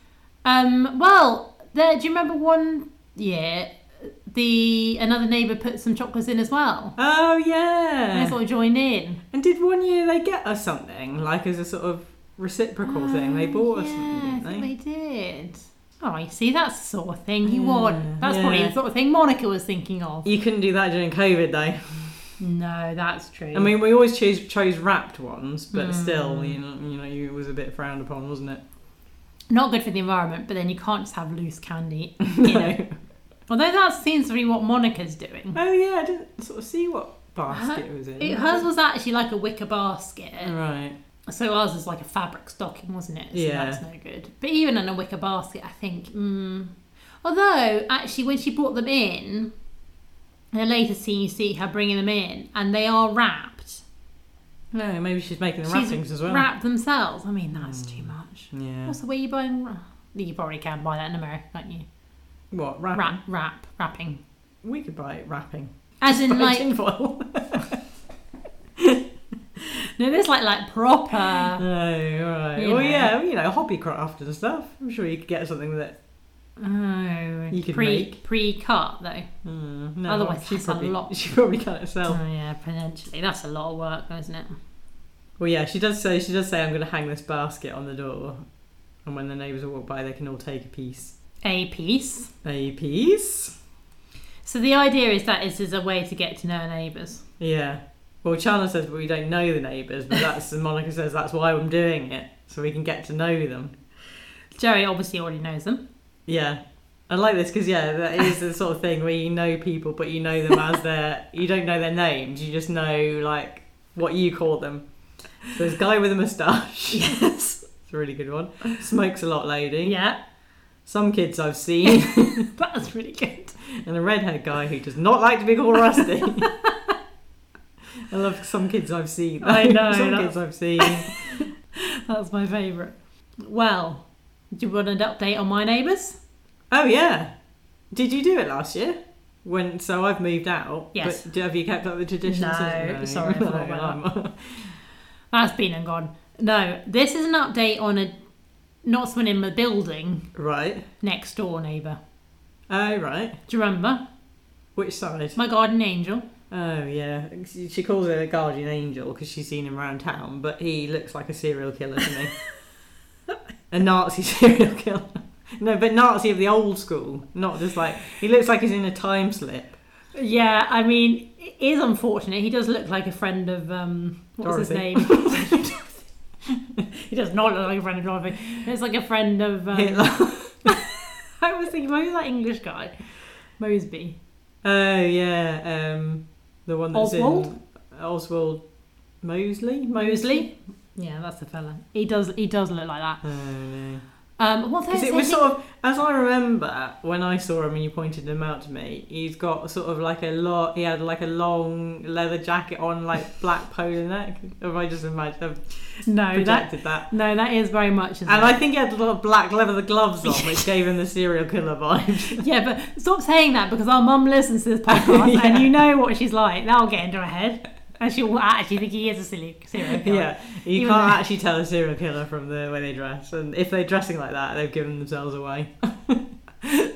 Speaker 1: Um, well, there, do you remember one year the another neighbour put some chocolates in as well?
Speaker 2: Oh
Speaker 1: And I
Speaker 2: yeah.
Speaker 1: sort of joined in.
Speaker 2: And did one year they get us something like as a sort of reciprocal thing? They bought us
Speaker 1: Ah, Oh, Yeah,
Speaker 2: something,
Speaker 1: I
Speaker 2: didn't
Speaker 1: think
Speaker 2: they?
Speaker 1: they did. Oh, you see, that's the sort of thing you
Speaker 2: Yeah,
Speaker 1: want. That's probably
Speaker 2: yeah.
Speaker 1: the sort of thing Monica was thinking of.
Speaker 2: You couldn't do that during COVID though.
Speaker 1: No, that's true.
Speaker 2: I mean, we always chose chose wrapped ones, but
Speaker 1: Mm.
Speaker 2: still, you know, you know, you- it was a bit frowned upon, wasn't it?
Speaker 1: not good for the environment, but then you can't just have loose candy. You know. Although that seems to be what Monica's doing.
Speaker 2: Oh yeah, I didn't sort of see what basket it was in.
Speaker 1: It, hers was actually like a wicker basket.
Speaker 2: right.
Speaker 1: So ours is like a fabric stocking, wasn't it? So
Speaker 2: Yeah.
Speaker 1: That's no good. But even in a wicker basket, I think. Mm, although, actually, when she brought them in, in a later scene, you see her bringing them in, and they are wrapped.
Speaker 2: No, maybe she's making the
Speaker 1: She's
Speaker 2: wrappings as well. Hmm.
Speaker 1: Wrapped themselves. I mean, that's too much.
Speaker 2: yeah.
Speaker 1: What's the way you buy? wra- You probably can buy that in America, can't you?
Speaker 2: What wrapping?
Speaker 1: Wrap, wrap, wrapping.
Speaker 2: We could buy it wrapping.
Speaker 1: As in,
Speaker 2: Buy
Speaker 1: like,
Speaker 2: tinfoil.
Speaker 1: no, there's like, like proper.
Speaker 2: no, right.
Speaker 1: You
Speaker 2: well,
Speaker 1: know.
Speaker 2: yeah, you know, hobby craft and stuff. I'm sure you could get something that.
Speaker 1: Oh,
Speaker 2: You could
Speaker 1: pre
Speaker 2: make.
Speaker 1: pre-cut though.
Speaker 2: Mm, no,
Speaker 1: Otherwise,
Speaker 2: she
Speaker 1: that's a
Speaker 2: probably,
Speaker 1: lot.
Speaker 2: She probably can't herself.
Speaker 1: Oh yeah, potentially. That's a lot of work, though, isn't it?
Speaker 2: Well, yeah, she does say she does say I'm going to hang this basket on the door, and when the neighbours walk by, they can all take a piece.
Speaker 1: A piece.
Speaker 2: A piece.
Speaker 1: So the idea is that this is a way to get to know neighbours.
Speaker 2: Yeah. Well, Chandler says we don't know the neighbours, but that's and Monica says that's why I'm doing it so we can get to know them.
Speaker 1: Jerry obviously already knows them.
Speaker 2: Yeah. I like this because yeah, that is the sort of thing where you know people, but you know them as their you don't know their names. You just know like what you call them. So this guy with a moustache. Yes. It's a really good one. Smokes a lot, lady.
Speaker 1: Yeah,
Speaker 2: Some kids I've seen,
Speaker 1: that's really good.
Speaker 2: and a redhead guy who does not like to be called Rusty. I love some kids I've seen.
Speaker 1: I know,
Speaker 2: some
Speaker 1: that's-
Speaker 2: kids I've seen.
Speaker 1: That's my favourite. Well, do you want an update on my neighbours?
Speaker 2: Oh yeah. Did you do it last year? When so I've moved out.
Speaker 1: Yes.
Speaker 2: But do- have you kept up the traditions?
Speaker 1: No, sorry, I
Speaker 2: no,
Speaker 1: forgot about
Speaker 2: I'm-
Speaker 1: That's been and gone. No, this is an update on a not someone in the building,
Speaker 2: Right.
Speaker 1: next door neighbour.
Speaker 2: Oh, right.
Speaker 1: Do you remember?
Speaker 2: Which side?
Speaker 1: My garden angel.
Speaker 2: Oh, yeah. She calls him a guardian angel because she's seen him around town, but he looks like a serial killer to me. a Nazi serial killer. No, but Nazi of the old school. Not just like. He looks like he's in a time slip.
Speaker 1: Yeah, I mean, it is unfortunate. He does look like a friend of um, what was his
Speaker 2: Dorothy.
Speaker 1: name? he does not look like a friend of Dorothy. It's like a friend of. Um,
Speaker 2: Hitler.
Speaker 1: I was thinking, why was that English guy? Mosby.
Speaker 2: Oh yeah, um, the one that's
Speaker 1: Oswald?
Speaker 2: in Oswald Mosley.
Speaker 1: Mosley. Yeah, that's the fella. He does. He does look like that.
Speaker 2: Oh no,
Speaker 1: Um, what
Speaker 2: because it was sort of as I remember when I saw him and you pointed him out to me. He's got sort of like a lot. He had like a long leather jacket on, like black polo neck. Have I just imagined? I've
Speaker 1: no that
Speaker 2: projected that.
Speaker 1: no that is very much. Isn't
Speaker 2: And
Speaker 1: it?
Speaker 2: I think he had a lot of black leather gloves on, which gave him the serial killer vibe.
Speaker 1: Yeah, but stop saying that because our mum listens to this podcast
Speaker 2: Yeah.
Speaker 1: and you know what she's like. That'll get into her head. And she'll actually think he is a silly serial killer.
Speaker 2: yeah, you
Speaker 1: Even
Speaker 2: can't
Speaker 1: though-
Speaker 2: actually tell a serial killer from the way they dress, and if they're dressing like that, they've given themselves away.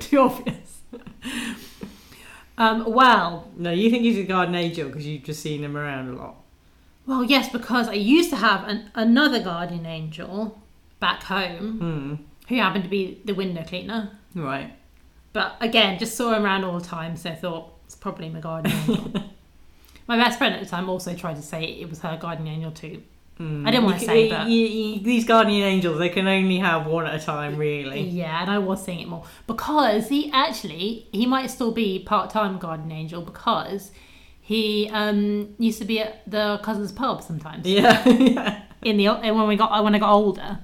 Speaker 1: Too obvious. Um, well,
Speaker 2: No, you think he's a garden angel because you've just seen him around a lot.
Speaker 1: well, yes, because I used to have an, another guardian angel back home
Speaker 2: Hmm.
Speaker 1: who happened to be the window cleaner.
Speaker 2: Right.
Speaker 1: But again, just saw him around all the time, so I thought it's probably my guardian angel. my best friend at the time also tried to say it was her guardian angel too.
Speaker 2: Hmm.
Speaker 1: I didn't wanna
Speaker 2: You c-
Speaker 1: say,
Speaker 2: you-
Speaker 1: but-
Speaker 2: you- you- these guardian angels, they can only have one at a time, really.
Speaker 1: Yeah, and I was seeing it more because he actually he might still be part time guardian angel because he um, used to be at the cousin's pub sometimes.
Speaker 2: Yeah, yeah,
Speaker 1: in the when we got when I got older.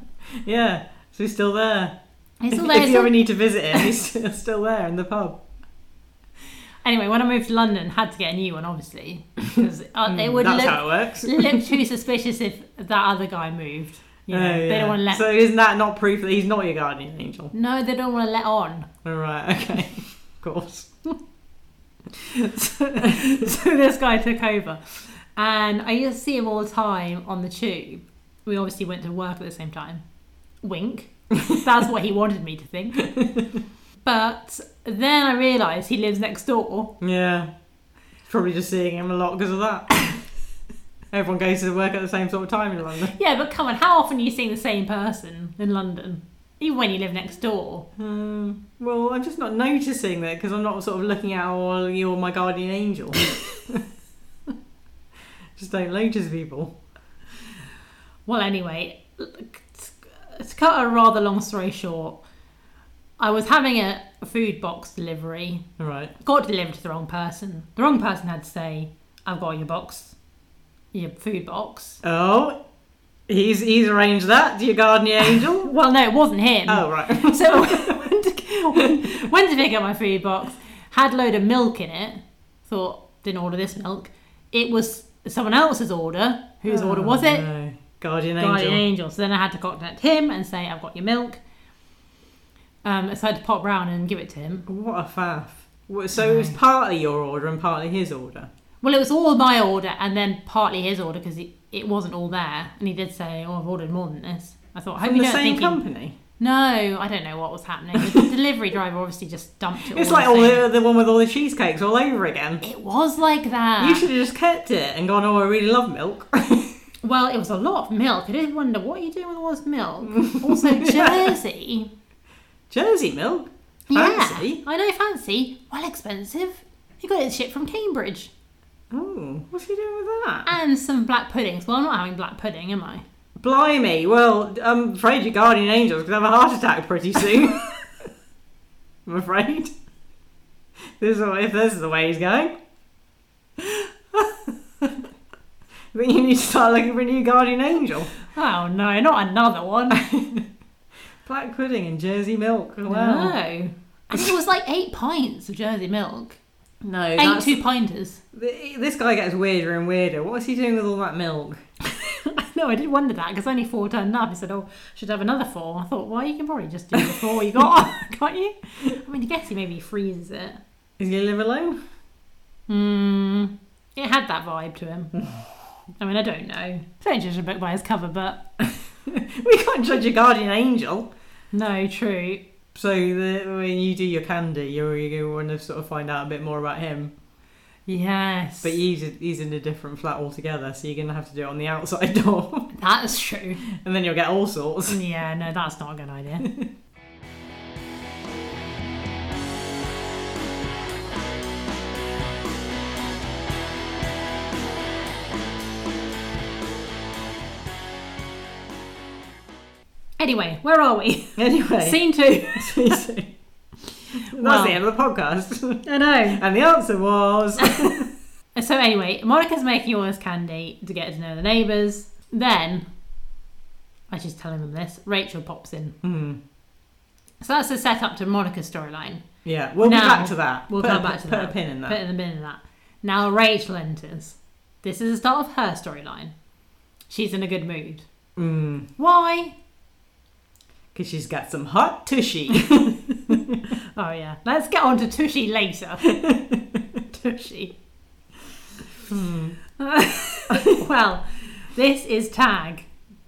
Speaker 2: yeah. So he's still there.
Speaker 1: It's all there,
Speaker 2: If- if
Speaker 1: it's
Speaker 2: you
Speaker 1: all-
Speaker 2: ever need to visit him, he's still, still there in the pub.
Speaker 1: Anyway, when I moved to London, had to get a new one, obviously, because uh, it
Speaker 2: Hmm,
Speaker 1: would
Speaker 2: That's
Speaker 1: look,
Speaker 2: how it works.
Speaker 1: look too suspicious if that other guy moved. You know,
Speaker 2: Oh,
Speaker 1: they
Speaker 2: yeah.
Speaker 1: don't want to let.
Speaker 2: So isn't that not proof that he's not your guardian angel?
Speaker 1: no, they don't want to let on.
Speaker 2: All right. Okay. of course.
Speaker 1: So this guy took over, and I used to see him all the time on the tube. We obviously went to work at the same time. Wink. That's what he wanted me to think. But then I realised he lives next door,
Speaker 2: Yeah. Probably just seeing him a lot because of that. Everyone goes to work at the same sort of time in London.
Speaker 1: Yeah, but come on, how often are you seeing the same person in London? Even when you live next door.
Speaker 2: Um, well, I'm just not noticing that because I'm not sort of looking at all you're my guardian angel. just don't notice people.
Speaker 1: Well, anyway, look, to to cut a rather long story short, I was having a food box delivery,
Speaker 2: All right.
Speaker 1: got delivered to the wrong person. The wrong person had to say, I've got your box, your food box.
Speaker 2: Oh, he's he's arranged that. Do your guardian angel?
Speaker 1: Well, no, it wasn't him.
Speaker 2: oh right.
Speaker 1: So I went to, went, went to pick up my food box, had a load of milk in it, thought, didn't order this milk. It was someone else's order. Whose order was
Speaker 2: Oh,
Speaker 1: it?
Speaker 2: no. Guardian angel.
Speaker 1: Guardian Angel. So then I had to contact him and say, I've got your milk. Um, so I had to pop round and give it to him.
Speaker 2: What a faff. Wha- So it was
Speaker 1: No.
Speaker 2: partly your order and partly his order.
Speaker 1: Well, it was all my order and then partly his order because it wasn't all there. And he did say, Oh, I've ordered more than this. I thought, I hope
Speaker 2: From
Speaker 1: you
Speaker 2: the
Speaker 1: don't
Speaker 2: same
Speaker 1: think. he-"
Speaker 2: company.
Speaker 1: No, I don't know what was happening. The delivery driver obviously just dumped it
Speaker 2: It's
Speaker 1: all.
Speaker 2: like all
Speaker 1: the same.
Speaker 2: the, the one with all the cheesecakes all over again.
Speaker 1: It was like that.
Speaker 2: You should have just kept it and gone, oh, I really love milk.
Speaker 1: Well, it was a lot of milk. I did wonder, what are you doing with all this milk? Also, Jersey.
Speaker 2: Jersey milk? Fancy?
Speaker 1: Yeah. I know, fancy. Well, expensive. You got it shipped from Cambridge.
Speaker 2: Oh, what's he doing with that?
Speaker 1: And some black puddings. Well, I'm not having black pudding, am I?
Speaker 2: Blimey, well, I'm afraid your guardian angel's going to have a heart attack pretty soon. I'm afraid. This is, the- if this is the way he's going. then you need to start looking for a new guardian angel.
Speaker 1: Oh no, not another one.
Speaker 2: Black pudding and Jersey milk. Wow.
Speaker 1: No. And it was like eight pints of Jersey milk.
Speaker 2: No,
Speaker 1: Eight
Speaker 2: that's,
Speaker 1: two pinters.
Speaker 2: th- this guy gets weirder and weirder. What's he doing with all that milk?
Speaker 1: No, I did wonder that because only four turned up. He said, "Oh, should have another four. I thought, "Well, you can probably just do the four you got, can't you?" I mean, I guess he maybe freezes it.
Speaker 2: Is he going to live alone?
Speaker 1: Mm, it had that vibe to him. I mean, I don't know. Don't judge a book by its cover, but
Speaker 2: we can't judge a guardian angel.
Speaker 1: No, true.
Speaker 2: So the, when you do your candy, you're, you want to sort of find out a bit more about him.
Speaker 1: Yes.
Speaker 2: But he's he's in a different flat altogether, so you're gonna have to do it on the outside door,
Speaker 1: that is true.
Speaker 2: and then you'll get all sorts.
Speaker 1: Yeah, no, that's not a good idea. Anyway, where are we?
Speaker 2: Anyway,
Speaker 1: Scene two.
Speaker 2: that's the end of the podcast.
Speaker 1: I know.
Speaker 2: and the answer was
Speaker 1: So anyway, Monica's making all this candy to get to know the neighbours. Then, as she's telling them this, Rachel pops in.
Speaker 2: Hmm.
Speaker 1: So that's the setup to Monica's storyline.
Speaker 2: yeah. We'll
Speaker 1: Now,
Speaker 2: be back to that.
Speaker 1: we'll
Speaker 2: put
Speaker 1: come
Speaker 2: a,
Speaker 1: back to
Speaker 2: put
Speaker 1: that.
Speaker 2: a pin in that.
Speaker 1: Put in the bin of that. Now Rachel enters. This is the start of her storyline. She's in a good mood.
Speaker 2: Mm.
Speaker 1: Why?
Speaker 2: Because she's got some hot tushy.
Speaker 1: Oh yeah. Let's get on to Tushy later. Tushy.
Speaker 2: Hmm,
Speaker 1: well, this is Tag.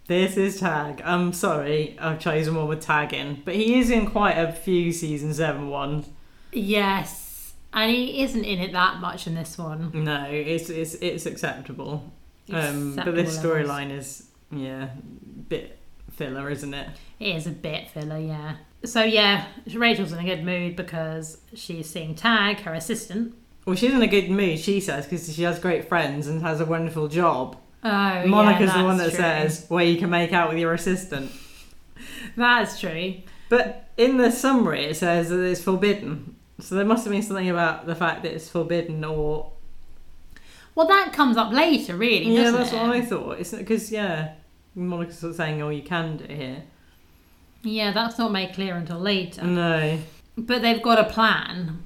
Speaker 2: this is Tag. I'm sorry, I've chosen one with Tag in, but he is in quite a few season seven ones.
Speaker 1: Yes. And he isn't in it that much in this one.
Speaker 2: No, it's it's it's acceptable. Um, but this
Speaker 1: Acceptable levels.
Speaker 2: storyline is yeah, bit filler, isn't it?
Speaker 1: It is a bit filler, yeah. So yeah, Rachel's in a good mood because she's seeing Tag, her assistant.
Speaker 2: Well, she's in a good mood, she says, because she has great friends and has a wonderful job.
Speaker 1: Oh,
Speaker 2: Monica's
Speaker 1: yeah,
Speaker 2: the one that
Speaker 1: that's true.
Speaker 2: says where you can make out with your assistant.
Speaker 1: that's true.
Speaker 2: But in the summary, it says that it's forbidden. So there must have been something about the fact that it's forbidden, or
Speaker 1: Well, that comes up later, really.
Speaker 2: yeah,
Speaker 1: doesn't
Speaker 2: that's
Speaker 1: it?
Speaker 2: what I thought. It's because yeah, Monica's sort of saying, "Oh, you can do it here."
Speaker 1: Yeah, that's not made clear until later.
Speaker 2: Mm. No.
Speaker 1: But they've got a plan.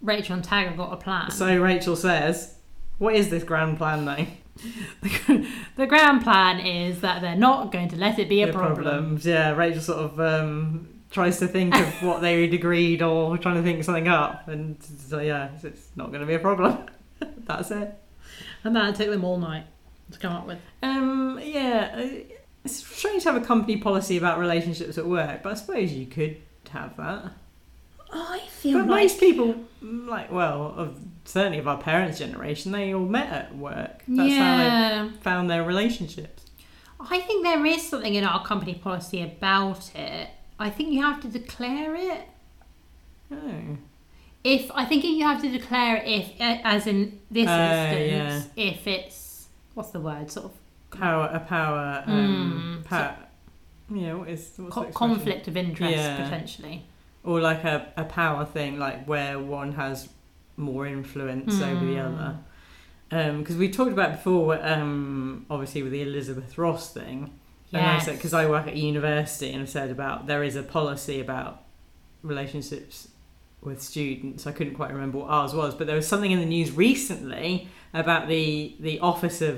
Speaker 1: Rachel and Tag have got a plan.
Speaker 2: So Rachel says, "What is this grand plan, though?"
Speaker 1: the grand plan is that they're not going to let it be a
Speaker 2: The
Speaker 1: problem.
Speaker 2: problems. Yeah, Rachel sort of um, tries to think of what they agreed or trying to think something up, and so yeah, it's- it's not going to be a problem. That's it.
Speaker 1: And that took them all night to come up with.
Speaker 2: Um, yeah, uh, it's strange to have a company policy about relationships at work, but I suppose you could have that.
Speaker 1: I feel
Speaker 2: But
Speaker 1: like.
Speaker 2: most people, like, well, of, certainly of our parents' generation, they all met at work. That's how
Speaker 1: yeah.
Speaker 2: they found their relationships.
Speaker 1: I think there is something in our company policy about it. I think you have to declare it.
Speaker 2: Oh.
Speaker 1: If I think you have to declare it if, eh, as in this
Speaker 2: Oh,
Speaker 1: instance, if it's what's the word, sort of
Speaker 2: Power, a power, um,
Speaker 1: Mm,
Speaker 2: pa- yeah, what is what's
Speaker 1: co-
Speaker 2: the expression?
Speaker 1: conflict of interest
Speaker 2: Yeah.
Speaker 1: potentially.
Speaker 2: or like a, a power thing like where one has more influence over the other because we talked about before um, obviously with the elizabeth ross thing and i said
Speaker 1: Yes.
Speaker 2: because i work at university and i said about there is a policy about relationships with students i couldn't quite remember what ours was but there was something in the news recently about the the office of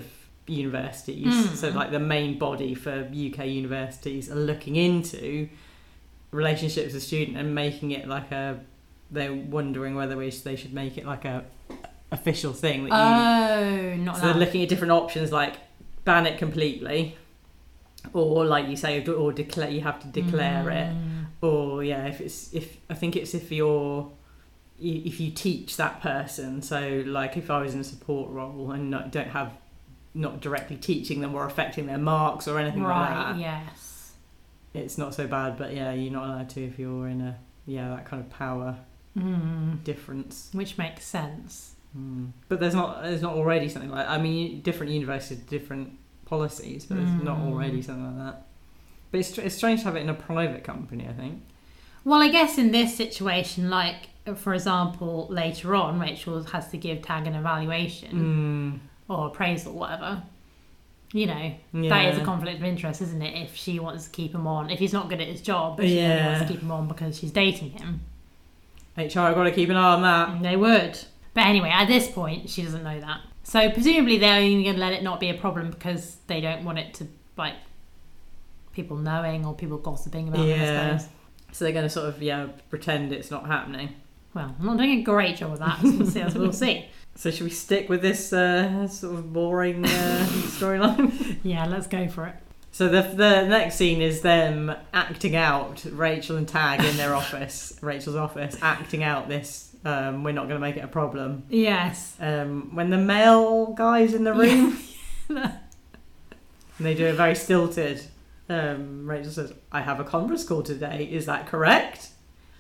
Speaker 2: universities
Speaker 1: Mm.
Speaker 2: so like the main body for uk universities are looking into relationships with student and making it like a they're wondering whether we sh- they should make it like a official thing that you
Speaker 1: Oh, not
Speaker 2: so they're
Speaker 1: that.
Speaker 2: looking at different options like ban it completely or like you say d- or declare you have to declare it
Speaker 1: Mm.
Speaker 2: or yeah if it's if i think it's if you're you- if you teach that person so like if i was in a support role and not, don't have not directly teaching them or affecting their marks or anything like that
Speaker 1: Right. Yes.
Speaker 2: it's not so bad, but yeah, you're not allowed to if you're in a yeah that kind of power
Speaker 1: Mm.
Speaker 2: difference.
Speaker 1: Which makes sense.
Speaker 2: Mm. But there's not there's not already something like I mean different universities have different policies, but there's not
Speaker 1: Mm.
Speaker 2: already something like that. But it's, str- it's strange to have it in a private company, I think.
Speaker 1: Well, I guess in this situation, like for example, later on, Rachel has to give Tag an evaluation.
Speaker 2: Mm.
Speaker 1: or appraisal, whatever. You know,
Speaker 2: Yeah.
Speaker 1: that is a conflict of interest, isn't it? If she wants to keep him on, if he's not good at his job, but she only wants
Speaker 2: Yeah.
Speaker 1: to keep him on because she's dating him,
Speaker 2: HR, I've got to keep an eye on that.
Speaker 1: they would. But anyway, at this point, she doesn't know that. So presumably they're only going to let it not be a problem because they don't want it to like people knowing or people gossiping about it. I
Speaker 2: Yeah.
Speaker 1: suppose.
Speaker 2: So they're going to sort of yeah pretend it's not happening.
Speaker 1: Well, I'm not doing a great job of that. so We'll see. as We'll see.
Speaker 2: So should we stick with this uh, sort of boring uh, storyline?
Speaker 1: Yeah, let's go for it.
Speaker 2: So the the next scene is them acting out Rachel and Tag in their office, Rachel's office, acting out this. Um, we're not going to make it a problem.
Speaker 1: Yes.
Speaker 2: Um, when the male guy's in the room,
Speaker 1: Yeah.
Speaker 2: and they do it very stilted. Um, Rachel says, "I have a conference call today. Is that correct?"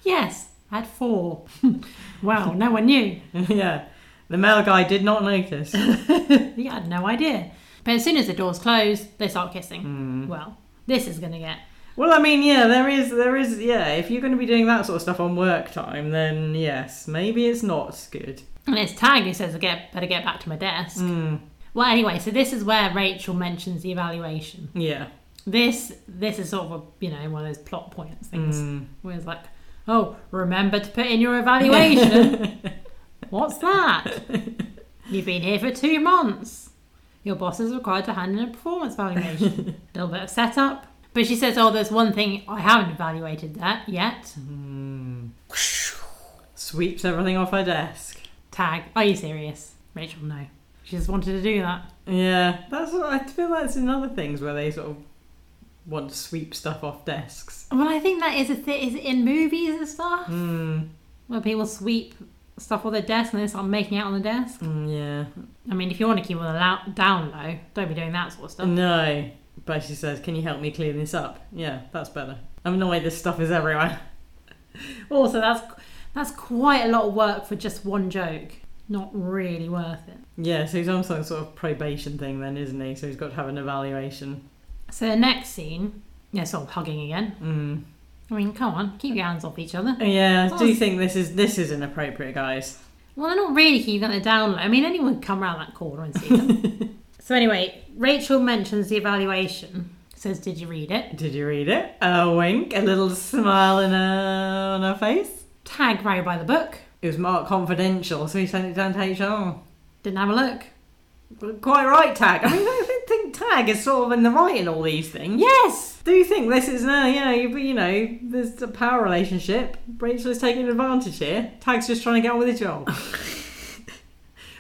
Speaker 1: Yes. At four. wow, no one knew.
Speaker 2: yeah. The male guy did not notice.
Speaker 1: He had no idea. But as soon as the doors close, they start kissing.
Speaker 2: Hmm.
Speaker 1: Well, this is going to get.
Speaker 2: Well, I mean, yeah, there is, there is, yeah. If you're going to be doing that sort of stuff on work time, then yes, maybe it's not good.
Speaker 1: And it's Tag who says, I get, better get back to my desk.
Speaker 2: Mm,
Speaker 1: Well, anyway, so this is where Rachel mentions the evaluation.
Speaker 2: yeah.
Speaker 1: This this is sort of a, you know one of those plot points things
Speaker 2: Mm.
Speaker 1: where it's like, oh, remember to put in your evaluation. What's that? You've been here for two months. Your boss is required to hand in a performance evaluation. a little bit of setup, but she says, oh, there's one thing I haven't evaluated that yet.
Speaker 2: Mm. Sweeps everything off her desk.
Speaker 1: Tag, are you serious? Rachel, no. She just wanted to do that.
Speaker 2: Yeah, that's. what- I feel that's in other things where they sort of want to sweep stuff off desks.
Speaker 1: Well, I think that is a thi Is it in movies and stuff?
Speaker 2: Mm,
Speaker 1: Where people sweep stuff on their desk and they start making out on the desk.
Speaker 2: mm, yeah.
Speaker 1: I mean, if you want to keep on the lou- down low, don't be doing that sort of
Speaker 2: Mm.
Speaker 1: stuff.
Speaker 2: No. But she says, Can you help me clean this up? Yeah, that's better. I'm annoyed this stuff is everywhere.
Speaker 1: Also, that's that's quite a lot of work for just one joke. Not really worth it.
Speaker 2: Yeah, so he's on some sort of probation thing then, isn't he? So he's got to have an evaluation.
Speaker 1: So the next scene, they're sort of hugging again.
Speaker 2: Mm.
Speaker 1: I mean, come on, keep your hands off each other.
Speaker 2: Yeah, I do
Speaker 1: Oh.
Speaker 2: think this is this is inappropriate, guys.
Speaker 1: Well, they're not really keeping on the down low. I mean, anyone can come around that corner and see them. so anyway, Rachel mentions the evaluation. Says, did you read it?
Speaker 2: Did you read it? A wink, a little smile in her, on her face.
Speaker 1: Tag very by the book.
Speaker 2: It was marked confidential, so he sent it down to HR.
Speaker 1: Didn't have a look.
Speaker 2: Quite right, Tag. I mean, I think Tag is sort of in the right in all these things.
Speaker 1: Yes.
Speaker 2: Do you think this is, uh, yeah, you, you know, there's a power relationship. Rachel is taking advantage here. Tag's just trying to get on with his job.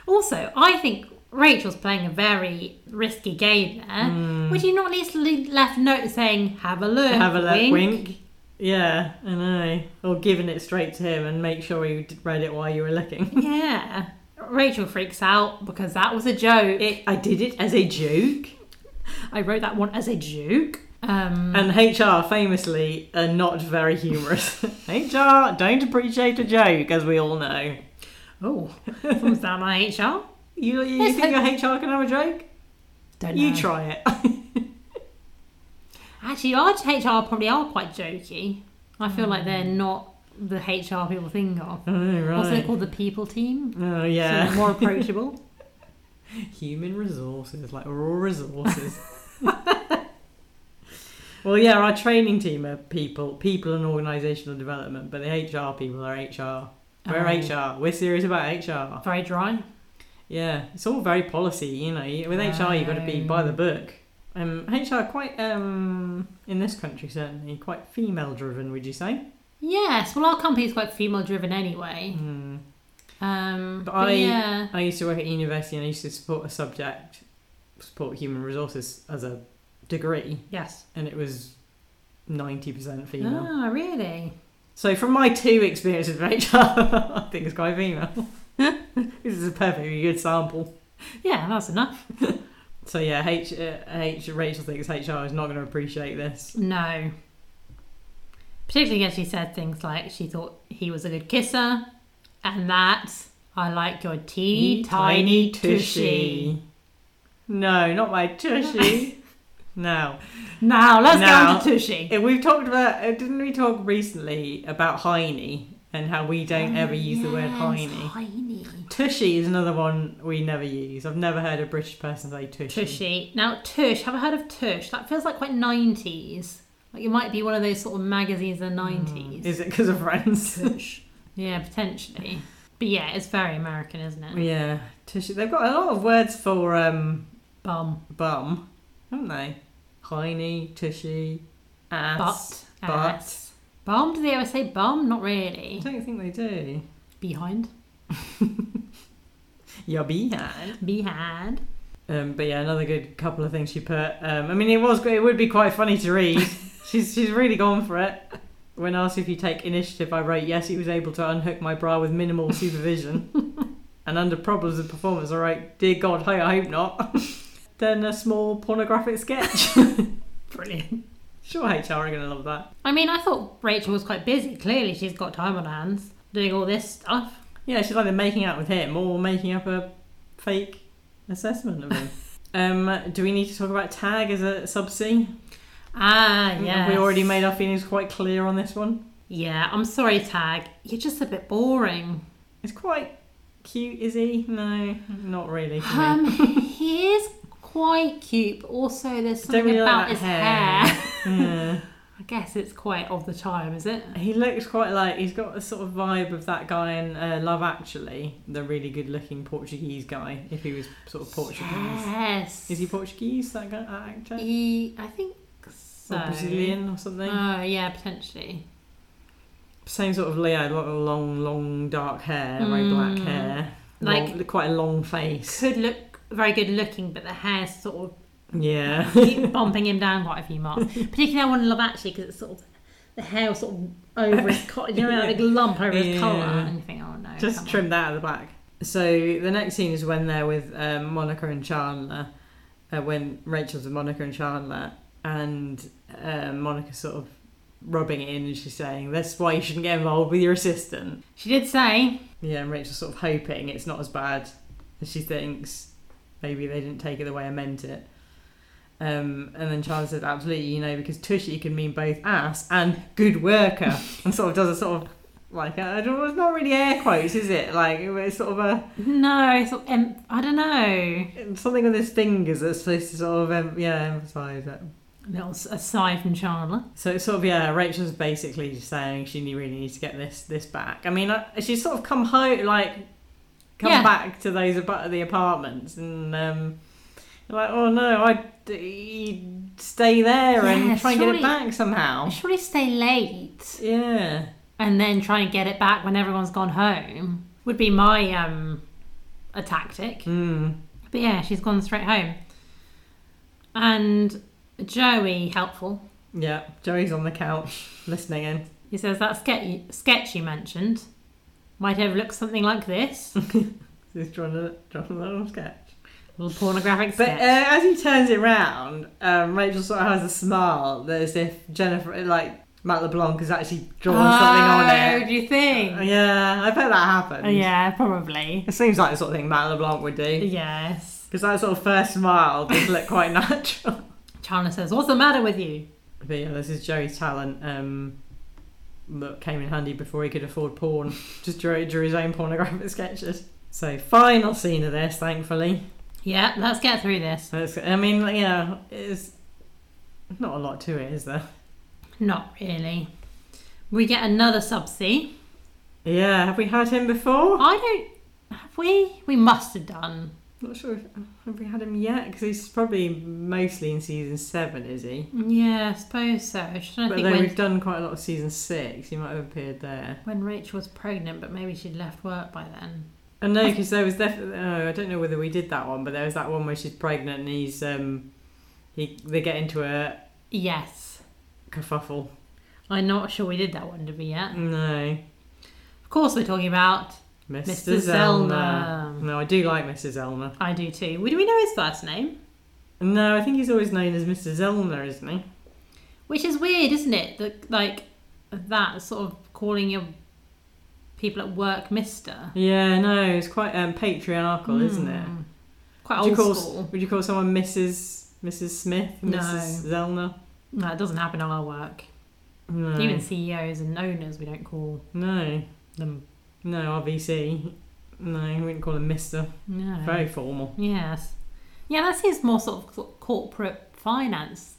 Speaker 1: Also, I think Rachel's playing a very risky game there.
Speaker 2: Mm.
Speaker 1: Would you not least le- left note saying, "Have a look,
Speaker 2: Have a left wink. Yeah, I know. Or giving it straight to him and make sure you d- read it while you were looking.
Speaker 1: Yeah. Rachel freaks out because that was a joke.
Speaker 2: It, I did it as a joke.
Speaker 1: I wrote that one as a joke. Um,
Speaker 2: And HR famously are not very humorous. HR don't appreciate a joke, as we all know.
Speaker 1: oh, thumbs down on HR.
Speaker 2: You, you,
Speaker 1: Yes,
Speaker 2: think
Speaker 1: I-
Speaker 2: your HR can have a joke?
Speaker 1: Don't
Speaker 2: You
Speaker 1: know.
Speaker 2: try it.
Speaker 1: Actually, our HR probably are quite jokey. I feel like they're not the HR people think of.
Speaker 2: Oh, Mm. right.
Speaker 1: What's it called? The people team.
Speaker 2: Oh,
Speaker 1: So
Speaker 2: yeah.
Speaker 1: they're more approachable.
Speaker 2: Human resources, like raw resources. well, yeah, our training team are people, people and organisational development, but the HR people are HR. We're
Speaker 1: Oh.
Speaker 2: HR. We're serious about HR.
Speaker 1: Very dry.
Speaker 2: Yeah, it's all very policy, you know. you- With HR, you've got to be by the book. Um, HR quite um in this country certainly quite female driven. Would you say?
Speaker 1: Yes. Well, our company's quite female driven anyway.
Speaker 2: Hmm.
Speaker 1: Um,
Speaker 2: But
Speaker 1: but
Speaker 2: I-
Speaker 1: yeah.
Speaker 2: I used to work at university and I used to support a subject, support human resources as a degree.
Speaker 1: Yes.
Speaker 2: and it was 90% female.
Speaker 1: Ah, really?
Speaker 2: So from my two experiences with HR, I think it's quite female. this is a perfectly good sample.
Speaker 1: Yeah, that's enough.
Speaker 2: So yeah, H, uh, H Rachel thinks HR is not going to appreciate this.
Speaker 1: No. Particularly as she said things like she thought he was a good kisser, and that I like your teeny tiny, tushy.
Speaker 2: No, not my tushy. no.
Speaker 1: Now let's
Speaker 2: Now-
Speaker 1: go on to tushy.
Speaker 2: Yeah, We've talked about, uh, didn't we talk recently about hiney and how we don't
Speaker 1: Oh,
Speaker 2: ever use the word hiney? Tushy is another one we never use. I've never heard a British person say
Speaker 1: Tushy. Now tush. Have I heard of tush? That feels like quite nineties. Like it might be one of those sort of magazines in the nineties.
Speaker 2: Hmm. Is it because of Friends?
Speaker 1: tush? Yeah, potentially. But yeah, it's very American, isn't it?
Speaker 2: yeah, tissue. They've got a lot of words for um,
Speaker 1: Bum,
Speaker 2: bum, haven't they? Hiney, tushy, ass.
Speaker 1: butt,
Speaker 2: butt.
Speaker 1: ass. Bum? Do they ever say bum? Not
Speaker 2: I
Speaker 1: really.
Speaker 2: don't think they do.
Speaker 1: Behind.
Speaker 2: Your behind.
Speaker 1: Behind.
Speaker 2: Um, but yeah, another good couple of things she put. Um, I mean, it was it would be quite funny to read. she's she's really gone for it. When asked if you take initiative, I wrote yes. He was able to unhook my bra with minimal supervision, and under problems of performance, I wrote, "Dear God, hey, I hope not." then a small pornographic sketch. Brilliant. Sure, HR are gonna love that.
Speaker 1: I mean, I thought Rachel was quite busy. Clearly, she's got time on her hands doing all this stuff.
Speaker 2: Yeah, she's either making out with him or making up a fake assessment of him. um, do we need to talk about tag as a sub C?
Speaker 1: Ah, yeah.
Speaker 2: Have Mm, we already made our feelings quite clear on this one?
Speaker 1: Yeah, I'm sorry, Tag. You're just a bit boring.
Speaker 2: It's quite cute, is he? No, not really. For me.
Speaker 1: Um, he is quite cute, but also there's something
Speaker 2: really
Speaker 1: about
Speaker 2: like that
Speaker 1: his
Speaker 2: hair.
Speaker 1: hair.
Speaker 2: Yeah.
Speaker 1: I guess it's quite of the time, is it?
Speaker 2: He looks quite like he's got a sort of vibe of that guy in uh, Love Actually, the really good-looking Portuguese guy. If he was sort of Portuguese,
Speaker 1: Yes.
Speaker 2: is he Portuguese? That guy, that actor,
Speaker 1: He, I think so.
Speaker 2: or Brazilian or something?
Speaker 1: Oh, yeah, potentially.
Speaker 2: Same sort of Leo, lot of long, long dark hair, very black
Speaker 1: Mm.
Speaker 2: hair,
Speaker 1: Like-
Speaker 2: Long- quite a long face.
Speaker 1: Could look very good looking, but the hair's sort
Speaker 2: Yeah,
Speaker 1: of keep bumping him down quite a few marks. Particularly, I want to love actually because it's sort of the hair was sort of over his collar, you know, that big lump over his collar,
Speaker 2: Yeah.
Speaker 1: and you think, oh no, come
Speaker 2: just
Speaker 1: on.
Speaker 2: trim that out of the back. So the next scene is when they're with um, Monica and Chandler, uh, when Rachel's with Monica and Chandler, and um, Monica's sort of rubbing it in, and she's saying, "That's why you shouldn't get involved with your assistant."
Speaker 1: She did say
Speaker 2: Yeah, and Rachel's sort of hoping it's not as bad as she thinks. Maybe they didn't take it the way I meant it. Um, and then Chandler says, "Absolutely, you know, because tushy can mean both ass and good worker," and sort of does a sort of like I don't, it's not really air quotes, is it? Like it's sort of a
Speaker 1: No, it's sort of em- I don't know.
Speaker 2: something on his fingers that's supposed to sort of um, yeah emphasise it.
Speaker 1: A little s- aside from Chandler.
Speaker 2: So it's sort of yeah, Rachel's basically just saying she ne- really needs to get this this back. I mean, I, she's sort of come home like come
Speaker 1: Yeah.
Speaker 2: back to those about the apartments and um, like oh no, I d- stay there
Speaker 1: Yeah,
Speaker 2: and try and get it
Speaker 1: surely-
Speaker 2: back somehow.
Speaker 1: Surely stay late
Speaker 2: Yeah,
Speaker 1: and then try and get it back when everyone's gone home would be my um a tactic.
Speaker 2: mm.
Speaker 1: But yeah, she's gone straight home. And Joey helpful.
Speaker 2: yeah. Joey's on the couch listening in.
Speaker 1: He says that sketch sketch you mentioned might have looked something like this. A
Speaker 2: He's drawing a, drawing a little sketch.
Speaker 1: little pornographic
Speaker 2: But uh,
Speaker 1: sketch.
Speaker 2: as he turns it round, um, Rachel sort of has a smile that as if Jennifer, like Matt LeBlanc, has actually drawn something on it.
Speaker 1: Oh, do you think?
Speaker 2: Yeah, I bet that happened.
Speaker 1: Oh, yeah, probably.
Speaker 2: It seems like the sort of thing Matt LeBlanc would do.
Speaker 1: Yes.
Speaker 2: Because that sort of first smile does look quite natural.
Speaker 1: Chandler says, "What's the matter with you?"
Speaker 2: But yeah, this is Joey's talent um, that came in handy before he could afford porn. Just drew, drew his own pornographic sketches. So, final scene of this, thankfully.
Speaker 1: Yeah, let's get through this.
Speaker 2: That's- I mean, like, you know, it's not a lot to it, is there?
Speaker 1: Not really. We get another subsea.
Speaker 2: Yeah, have we had him before?
Speaker 1: I don't. Have we? We must have done.
Speaker 2: Not sure if have we had him yet because he's probably mostly in season seven, is he?
Speaker 1: Yeah, I suppose so. I just trying to
Speaker 2: But
Speaker 1: think
Speaker 2: though
Speaker 1: when,
Speaker 2: we've done quite a lot of season six, he might have appeared there.
Speaker 1: when Rachel was pregnant, but maybe she'd left work by then.
Speaker 2: And no, because there was definitely. Oh, I don't know whether we did that one, but there was that one where she's pregnant and he's um, he they get into a
Speaker 1: Yes.
Speaker 2: kerfuffle.
Speaker 1: I'm not sure we did that one, did we yet?
Speaker 2: No,
Speaker 1: Of course, we're talking about
Speaker 2: Mr.
Speaker 1: Mr.
Speaker 2: Zellner.
Speaker 1: Zellner.
Speaker 2: No, I do like Mr. Zellner.
Speaker 1: I do too. Well, Do we know his first name?
Speaker 2: No, I think he's always known as Mr. Zellner, isn't he?
Speaker 1: Which is weird, isn't it? That like that sort of calling your people at work Mister.
Speaker 2: Yeah, no, it's quite um, patriarchal, isn't it?
Speaker 1: Hmm. Quite
Speaker 2: Would you
Speaker 1: old
Speaker 2: call
Speaker 1: school.
Speaker 2: Would you call someone Mrs. Mrs. Smith,
Speaker 1: No.
Speaker 2: Mrs. Zellner?
Speaker 1: No, it doesn't happen on our work.
Speaker 2: No,
Speaker 1: Even CEOs and owners, we don't call
Speaker 2: no,
Speaker 1: them.
Speaker 2: no, RVC. No, we wouldn't call him Mister.
Speaker 1: No.
Speaker 2: Very formal.
Speaker 1: Yes. Yeah, that seems more sort of co- corporate finance,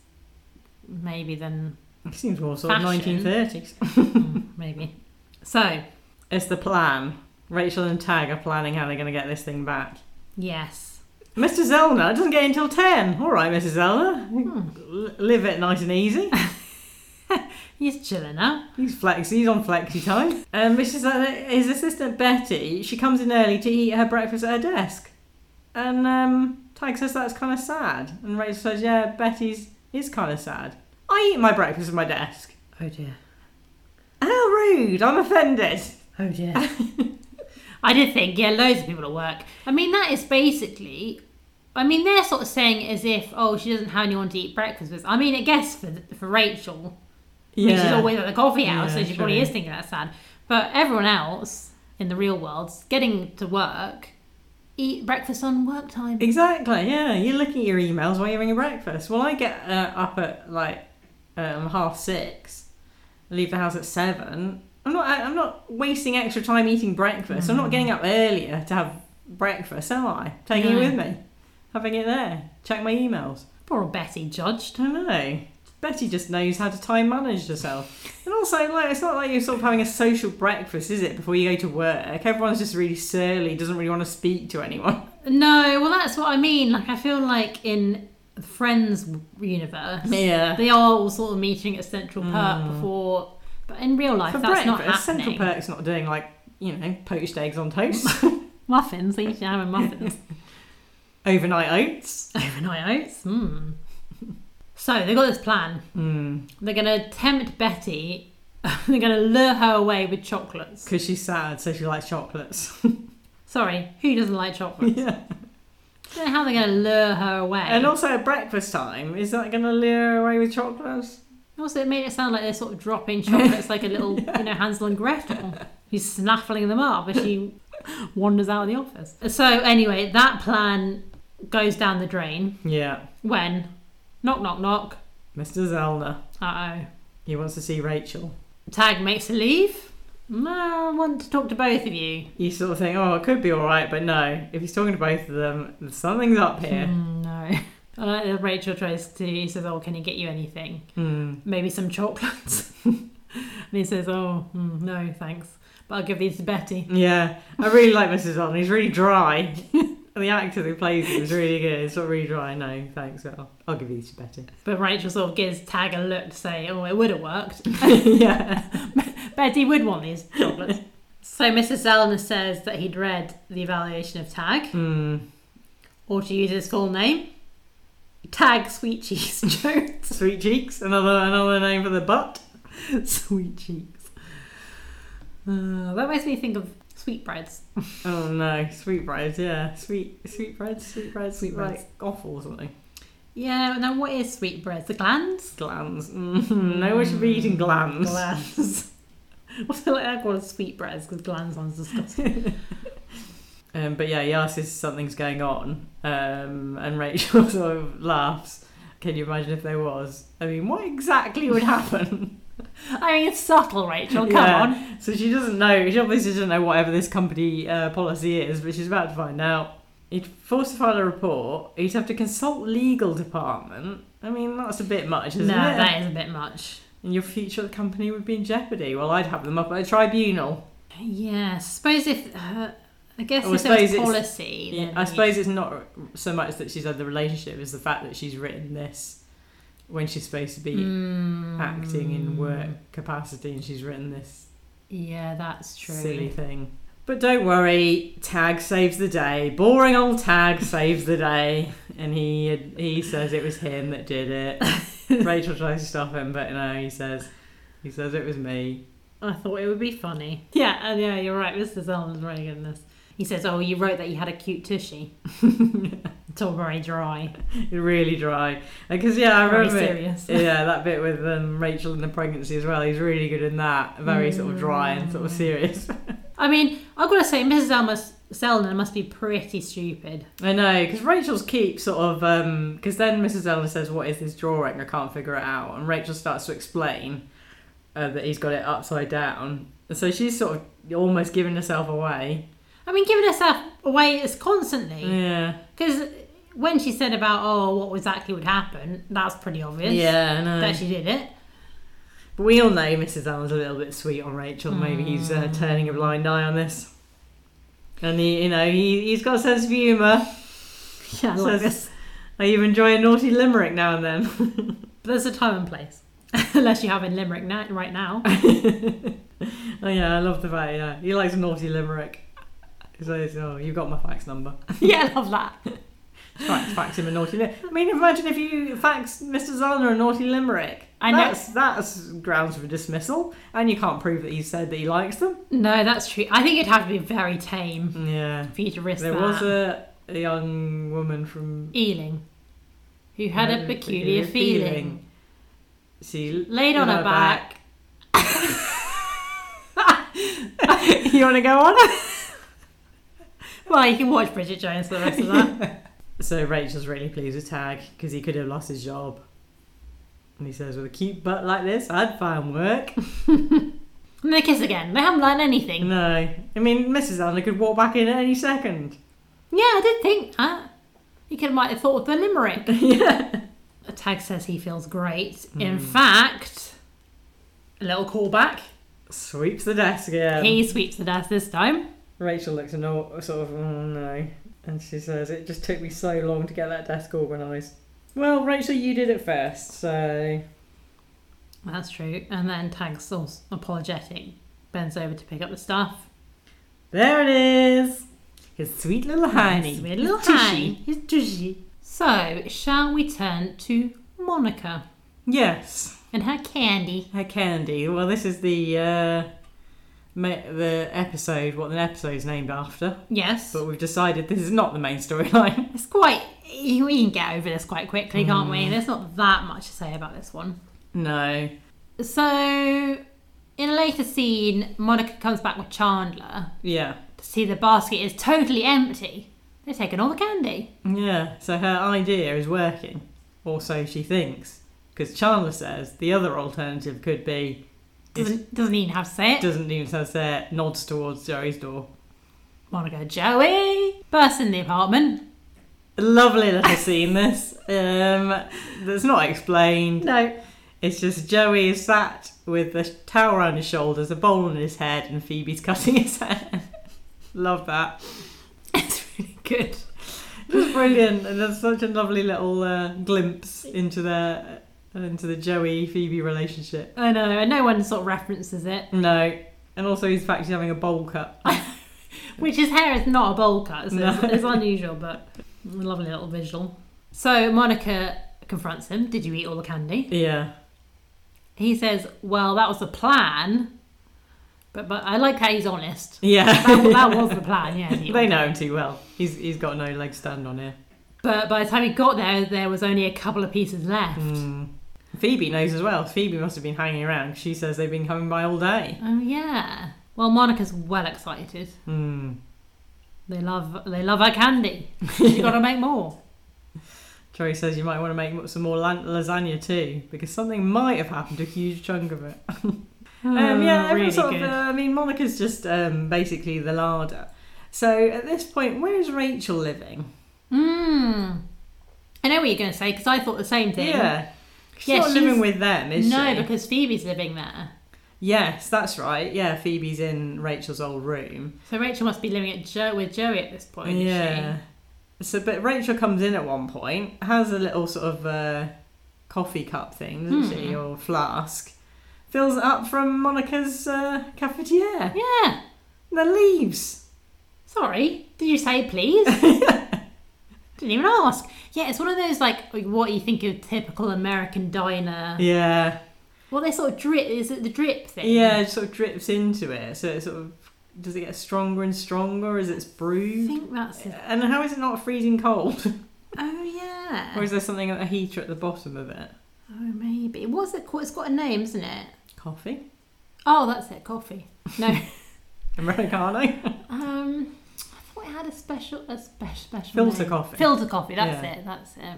Speaker 1: maybe than
Speaker 2: It seems more sort of
Speaker 1: Fashion.
Speaker 2: 1930s.
Speaker 1: Hmm, maybe. So
Speaker 2: It's the plan. Rachel and Tag are planning how they're going to get this thing back.
Speaker 1: yes.
Speaker 2: Mr. Zellner doesn't get in till 10. All right, Mrs. Zellner.
Speaker 1: Hmm.
Speaker 2: L- live it nice and easy.
Speaker 1: He's chilling now.
Speaker 2: He's flexi. He's on flexi time. Um, Mrs. Zellner, his assistant Betty, she comes in early to eat her breakfast at her desk. And um, Peg says that's kind of sad, and Rachel says, "Yeah, Betty's is kind of sad." I eat my breakfast at my desk.
Speaker 3: Oh dear.
Speaker 2: How rude! I'm offended.
Speaker 3: Oh dear.
Speaker 1: I did think, yeah, loads of people at work. I mean, that is basically. I mean, they're sort of saying as if, oh, she doesn't have anyone to eat breakfast with. I mean, I guess for for Rachel, I mean, she's always at the coffee house,
Speaker 2: Yeah,
Speaker 1: so she probably
Speaker 2: true.
Speaker 1: is thinking that's sad. But everyone else in the real world's getting to work, eat breakfast on work time.
Speaker 2: Exactly. Yeah, you're looking at your emails while you're having breakfast. Well, I get uh, up at like um, half six, leave the house at seven. I'm not. I'm not wasting extra time eating breakfast. I'm not getting up earlier to have breakfast, am I? Taking
Speaker 1: No.
Speaker 2: it with me, having it there. Check my emails.
Speaker 1: Poor old Betty judged.
Speaker 2: I don't know. Betty just knows how to time manage herself. And also, like, it's not like you're sort of having a social breakfast, is it? Before you go to work, everyone's just really surly, doesn't really want to speak to anyone.
Speaker 1: No, well, that's what I mean. Like, I feel like in the Friends universe,
Speaker 2: Yeah. Mm.
Speaker 1: they are all sort of meeting at Central Park before. But in real life,
Speaker 2: For
Speaker 1: that's not
Speaker 2: breakfast,
Speaker 1: happening.
Speaker 2: Central Perk's not doing like you know poached eggs on toast,
Speaker 1: Muffins, they usually have muffins.
Speaker 2: overnight oats.
Speaker 1: Overnight oats. Hmm. So they got this plan.
Speaker 2: Because
Speaker 1: They're going to tempt Betty. They're going to lure her away with chocolates.
Speaker 2: she's sad, so she likes chocolates.
Speaker 1: Sorry, who doesn't like chocolate?
Speaker 2: yeah.
Speaker 1: I don't know how they're going to lure her away.
Speaker 2: And also at breakfast time, is that going to lure her away with chocolates?
Speaker 1: Also, it made it sound like they're sort of dropping chocolates like a little, you know, Hansel and Gretel. She's snaffling them up as she wanders out of the office. So, anyway, that plan goes down the drain
Speaker 2: Yeah.
Speaker 1: when knock, knock, knock.
Speaker 2: Mr. Zellner,
Speaker 1: Uh oh.
Speaker 2: he wants to see Rachel.
Speaker 1: Tag makes a leave. No, I want to talk to both of you.
Speaker 2: You sort of think, oh, it could be all right, but no. If he's talking to both of them, something's up here.
Speaker 1: Mm, no. I like that Rachel tries to, he says, Oh, can he get you anything?
Speaker 2: Hmm.
Speaker 1: Maybe some chocolates. and he says, Oh, mm, no, thanks. But I'll give these to Betty.
Speaker 2: Yeah, I really like Mrs. Zellner. He's really dry. the actor who plays him is really good. It's not really dry. No, thanks. I'll, I'll give these to Betty.
Speaker 1: But Rachel sort of gives Tag a look to say, oh, it would have worked.
Speaker 2: yeah.
Speaker 1: Betty would want these chocolates. so Mrs. Zellner says that he'd read the evaluation of Tag,
Speaker 2: Hmm.
Speaker 1: or to use his full name, Tag Sweet Cheese Jones.
Speaker 2: Sweet cheeks, another another name for the butt.
Speaker 1: Sweet Cheeks. Uh, that makes me think of sweetbreads.
Speaker 2: Oh no, sweetbreads. Yeah, sweet sweetbreads, sweetbreads,
Speaker 1: Sweetbreads.
Speaker 2: like offal or something.
Speaker 1: Yeah, now what is sweetbreads? The glands?
Speaker 2: Glands. Mm, no one should be eating glands.
Speaker 1: Glands. What's the like I call sweetbreads because glands sounds disgusting.
Speaker 2: Um, but yeah, he asks if something's going on, um, and Rachel sort of laughs. Can you imagine if there was? I mean, what exactly would happen?
Speaker 1: I mean, it's subtle, Rachel. Come
Speaker 2: Yeah.
Speaker 1: on.
Speaker 2: so she doesn't know. She obviously doesn't know whatever this company uh, policy is, but she's about to find out. He'd force to file a report. He'd have to consult legal department. I mean, that's a bit much,
Speaker 1: No,
Speaker 2: isn't it?
Speaker 1: that is a bit much.
Speaker 2: and your future at the company would be in jeopardy. Well, I'd have them up at a tribunal.
Speaker 1: Yeah, suppose if uh, I guess
Speaker 2: Well,
Speaker 1: if
Speaker 2: Oh, I
Speaker 1: there was
Speaker 2: suppose it's-
Speaker 1: policy, then
Speaker 2: I
Speaker 1: you-
Speaker 2: suppose it's not so much that she's had the relationship as the fact that she's written this when she's supposed to be
Speaker 1: Mm.
Speaker 2: acting in work capacity, and she's written this
Speaker 1: Yeah, that's true.
Speaker 2: silly thing. But don't worry, Tag saves the day. Boring old Tag saves the day, and he he says it was him that did it. Rachel tries to stop him, but no, he says he says it was me.
Speaker 1: I thought it would be funny. Yeah, and yeah, you're right. Mr. Zelman's really good in this. He says, "Oh, you wrote that you had a cute tushy." it's all very dry,
Speaker 2: Really dry, because yeah, I
Speaker 1: very
Speaker 2: remember. it.
Speaker 1: serious.
Speaker 2: yeah, that bit with um, Rachel and the pregnancy as well. He's really good in that. Very sort of dry and
Speaker 1: Mm.
Speaker 2: sort of serious.
Speaker 1: I mean, I've got to say, Mrs. Zelman, Zelman must be pretty stupid.
Speaker 2: I know because Rachel's keep sort of because then Mrs. Eleanor says, "What is this drawing? I can't figure it out." And Rachel starts to explain uh, that he's got it upside down. So she's sort of almost giving herself away.
Speaker 1: I mean, giving herself away is constantly
Speaker 2: Yeah,
Speaker 1: because when she said about oh, what exactly would happen, that's pretty obvious.
Speaker 2: yeah, I know.
Speaker 1: that she did it.
Speaker 2: But we all know Mrs. Allen's a little bit sweet on Rachel. Maybe he's uh, turning a blind eye on this. And he, you know, he, he's got a sense of humour.
Speaker 1: Yeah, I like
Speaker 2: Says-
Speaker 1: this.
Speaker 2: I even enjoy a naughty limerick now and then.
Speaker 1: But there's a time and place. Unless you have in Limerick now, right now.
Speaker 2: Oh yeah, I love the fact. Yeah, he likes a naughty limerick. He says, "Oh, you got my fax number."
Speaker 1: yeah, I love that.
Speaker 2: Fax, fax him a naughty limerick. I mean, imagine if you fax Mr. Zellner a naughty limerick.
Speaker 1: I know.
Speaker 2: That's, that's grounds for dismissal, and you can't prove that he said that he likes them.
Speaker 1: No, that's true. I think it'd have to be very tame
Speaker 2: Yeah.
Speaker 1: for you to risk
Speaker 2: There
Speaker 1: that.
Speaker 2: was a, a young woman from
Speaker 1: Ealing, who had a peculiar feeling,
Speaker 2: She
Speaker 1: laid on her back.
Speaker 2: you want to go on?
Speaker 1: Well, you can watch Bridget Jones for the rest of that.
Speaker 2: So Rachel's really pleased with Tag because he could have lost his job. And he says, with a cute butt like this, I'd find work.
Speaker 1: and they kiss again. They haven't learned anything.
Speaker 2: no, I mean, Mrs. Allen could walk back in at any second.
Speaker 1: Yeah, I did think that. You could might have thought of the limerick.
Speaker 2: yeah.
Speaker 1: Tag says he feels great. In fact, a little callback.
Speaker 2: Sweeps the desk again.
Speaker 1: he sweeps the desk this time.
Speaker 2: Rachel looks anno- sort of, oh no. And she says, it just took me so long to get that desk organised. Well, Rachel, you did it first, so.
Speaker 1: That's true. And then Tag's all apologetic, bends over to pick up the stuff.
Speaker 2: There it is! His sweet little hiney.
Speaker 1: Sweet little
Speaker 2: His tushy.
Speaker 1: hiney.
Speaker 2: His tushy.
Speaker 1: So, shall we turn to Monica
Speaker 2: Yes.
Speaker 1: and her candy?
Speaker 2: Her candy. Well, this is the uh, ma- the episode. What the episode's named after,
Speaker 1: Yes.
Speaker 2: but we've decided this is not the main storyline.
Speaker 1: It's quite. We can get over this quite quickly, can't we? There's not that much to say about this one.
Speaker 2: no.
Speaker 1: So, in a later scene, Monica comes back with Chandler
Speaker 2: Yeah.
Speaker 1: to see the basket is totally empty. They've taken all the candy.
Speaker 2: Yeah. So her idea is working, or so she thinks, because Chandler says the other alternative could be it
Speaker 1: Doesn't, doesn't even have to say it.
Speaker 2: doesn't even says there nods towards Joey's door.
Speaker 1: Monica Joey bursts in the apartment.
Speaker 2: Lovely little scene. This um, that's not explained.
Speaker 1: No.
Speaker 2: It's just Joey is sat with the towel around his shoulders, a bowl on his head, and Phoebe's cutting his hair. Love that.
Speaker 1: It's really good.
Speaker 2: It's brilliant, and there's such a lovely little uh, glimpse into the uh, into the Joey Phoebe relationship.
Speaker 1: I know, and no one sort of references it.
Speaker 2: No, and also he's actually having a bowl cut.
Speaker 1: Which his hair is not a bowl cut, so
Speaker 2: No.
Speaker 1: it's, it's unusual, but a lovely little visual. So Monica confronts him. Did you eat all the candy?
Speaker 2: Yeah,
Speaker 1: He says, "Well, that was the plan." But but I like how he's honest.
Speaker 2: yeah.
Speaker 1: That, that was the plan. Yeah. he-
Speaker 2: they know him too well. He's he's got no leg stand on here.
Speaker 1: But by the time he got there, there was only a couple of pieces left.
Speaker 2: Mm. Phoebe knows as well. Phoebe must have been hanging around. She says they've been coming by all day.
Speaker 1: Oh yeah. Well, Monica's well excited.
Speaker 2: Mm.
Speaker 1: They love they love her candy. She got to make more.
Speaker 2: Joey says you might want to make some more lan- lasagna too, because something might have happened to a huge chunk of it. Um, yeah, everyone
Speaker 1: Oh, really
Speaker 2: sort
Speaker 1: good.
Speaker 2: of, uh, I mean, Monica's just um, basically the larder. So at this point, where is Rachel living?
Speaker 1: Mm. I know what you're going to say because I thought the same thing.
Speaker 2: Yeah. She's
Speaker 1: Yeah,
Speaker 2: not living
Speaker 1: she's-
Speaker 2: with them, is
Speaker 1: no,
Speaker 2: she?
Speaker 1: because Phoebe's living there.
Speaker 2: Yes, that's right. Yeah, Phoebe's in Rachel's old room.
Speaker 1: So Rachel must be living at jo- with Joey at this point. is
Speaker 2: yeah. So, but Rachel comes in at one point, has a little sort of uh, coffee cup thing, doesn't
Speaker 1: Hmm.
Speaker 2: she, or flask, fills it up from Monica's uh, cafetiere,
Speaker 1: she? Yeah.
Speaker 2: and then leaves.
Speaker 1: Sorry. Did you say please? Didn't even ask. Yeah, it's one of those like what you think of typical American diner.
Speaker 2: Yeah,
Speaker 1: Well, they sort of drip. Is it the drip thing?
Speaker 2: yeah, it sort of drips into it. So it sort of does it get stronger and stronger as it's
Speaker 1: I
Speaker 2: brewed?
Speaker 1: think that's it.
Speaker 2: And how is it not freezing cold?
Speaker 1: Oh yeah.
Speaker 2: or is there something at a heater at the bottom of it?
Speaker 1: Oh maybe. What's it called? It's got a name, isn't it?
Speaker 2: Coffee,
Speaker 1: Oh, that's it. Coffee. No.
Speaker 2: americano,
Speaker 1: Um, I thought it had a special, a special, special
Speaker 2: filter
Speaker 1: name.
Speaker 2: coffee.
Speaker 1: Filter coffee. That's
Speaker 2: Yeah.
Speaker 1: it. That's it.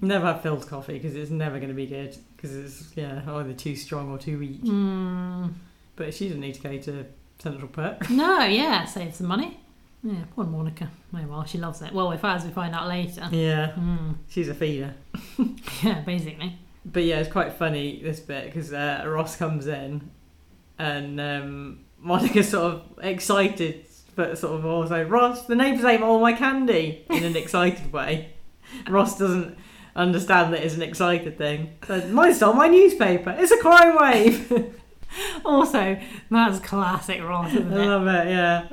Speaker 2: never have filled coffee because it's never going to be good because it's yeah either too strong or too weak.
Speaker 1: Mm.
Speaker 2: But she doesn't need to go to Central Perk.
Speaker 1: No, yeah, save some money. Yeah, poor Monica. Oh well, she loves it. Well, if as we find out later.
Speaker 2: Yeah,
Speaker 1: Mm.
Speaker 2: she's a feeder.
Speaker 1: Yeah, basically.
Speaker 2: But yeah, it's quite funny this bit because uh, Ross comes in, and um, Monica's sort of excited, but sort of also Ross, the neighbours ate all my candy in an excited way. Ross doesn't understand that it's an excited thing. Says, Mine stole my newspaper. It's a crime wave.
Speaker 1: Also, that's classic Ross,
Speaker 2: I
Speaker 1: isn't it?
Speaker 2: love it. Yeah,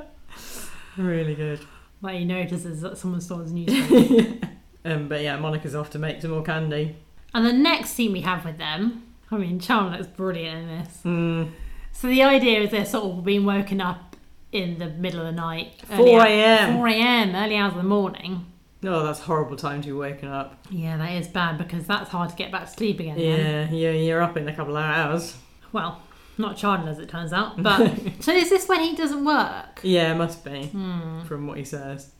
Speaker 2: really good.
Speaker 1: Like he notices that someone stole his newspaper.
Speaker 2: Um, but yeah, Monica's off to make some more candy.
Speaker 1: And the next scene we have with them, I mean, Charlotte's brilliant in this.
Speaker 2: Mm,
Speaker 1: So the idea is they're sort of being woken up in the middle of the night. early
Speaker 2: 4
Speaker 1: hour-
Speaker 2: a.m.
Speaker 1: 4 a.m., early hours of the morning.
Speaker 2: No, Oh, that's horrible time to be waking up.
Speaker 1: Yeah, that is bad because that's hard to get back to sleep again. then.
Speaker 2: Yeah, yeah, you're up in a couple of hours.
Speaker 1: Well, not Chandler as it turns out, but. so is this when he doesn't work?
Speaker 2: Yeah, it must be from what he says.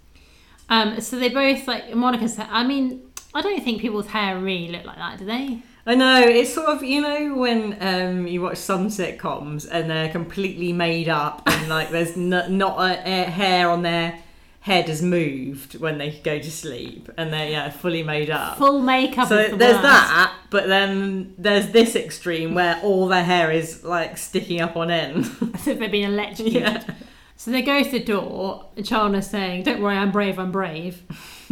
Speaker 1: Um, so they both, like, Monica said, I mean, I don't think people's hair really look like that, do they?
Speaker 2: I know it's sort of you know when um, you watch some sitcoms and they're completely made up and like there's n- not a, a hair on their head has moved when they go to sleep and they're yeah fully made up.
Speaker 1: Full makeup.
Speaker 2: so
Speaker 1: is the
Speaker 2: there's
Speaker 1: worst.
Speaker 2: that, but then there's this extreme where all their hair is like sticking up on end.
Speaker 1: As if they've been electrocuted.
Speaker 2: yeah,
Speaker 1: So they go to the door, and Chandler's saying, Don't worry, I'm brave, I'm brave.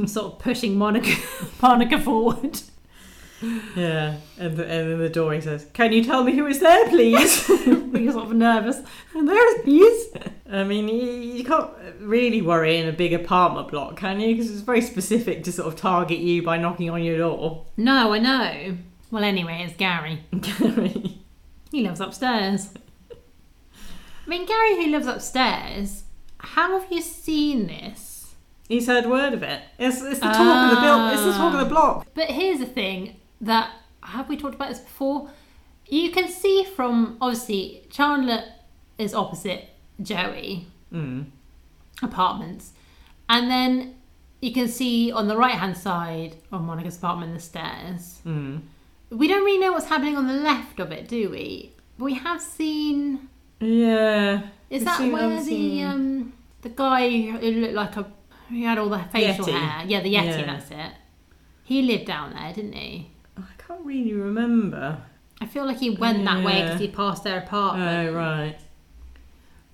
Speaker 1: sort of pushing Monica, Monica forward.
Speaker 2: yeah, and, th- and then the door he says, "Can you tell me who is there, please?"
Speaker 1: being sort of nervous. And there's bees.
Speaker 2: I mean, you, you can't really worry in a big apartment block, can you? Because it's very specific to sort of target you by knocking on your door.
Speaker 1: No, I know. Well, anyway, it's Gary.
Speaker 2: Gary.
Speaker 1: He lives upstairs. I mean, Gary, who lives upstairs, how have you seen this?
Speaker 2: He's heard word of it. It's, it's the talk of the build. It's the talk of the block.
Speaker 1: But here's the thing that have we talked about this before? You can see from obviously Chandler is opposite Joey
Speaker 2: Mm.
Speaker 1: apartments, and then you can see on the right hand side of Monica's apartment the stairs.
Speaker 2: Mm.
Speaker 1: We don't really know what's happening on the left of it, do we? But we have seen.
Speaker 2: Yeah.
Speaker 1: Is
Speaker 2: We've
Speaker 1: that
Speaker 2: seen-
Speaker 1: where
Speaker 2: I've
Speaker 1: the
Speaker 2: seen-
Speaker 1: um the guy who looked like a he had all the facial
Speaker 2: Yeti.
Speaker 1: hair? Yeah, the Yeti.
Speaker 2: Yeah.
Speaker 1: That's it. He lived down there, didn't he?
Speaker 2: I can't really remember.
Speaker 1: I feel like he went that way
Speaker 2: Yeah.
Speaker 1: because he passed their
Speaker 2: Oh,
Speaker 1: apartment.
Speaker 2: right.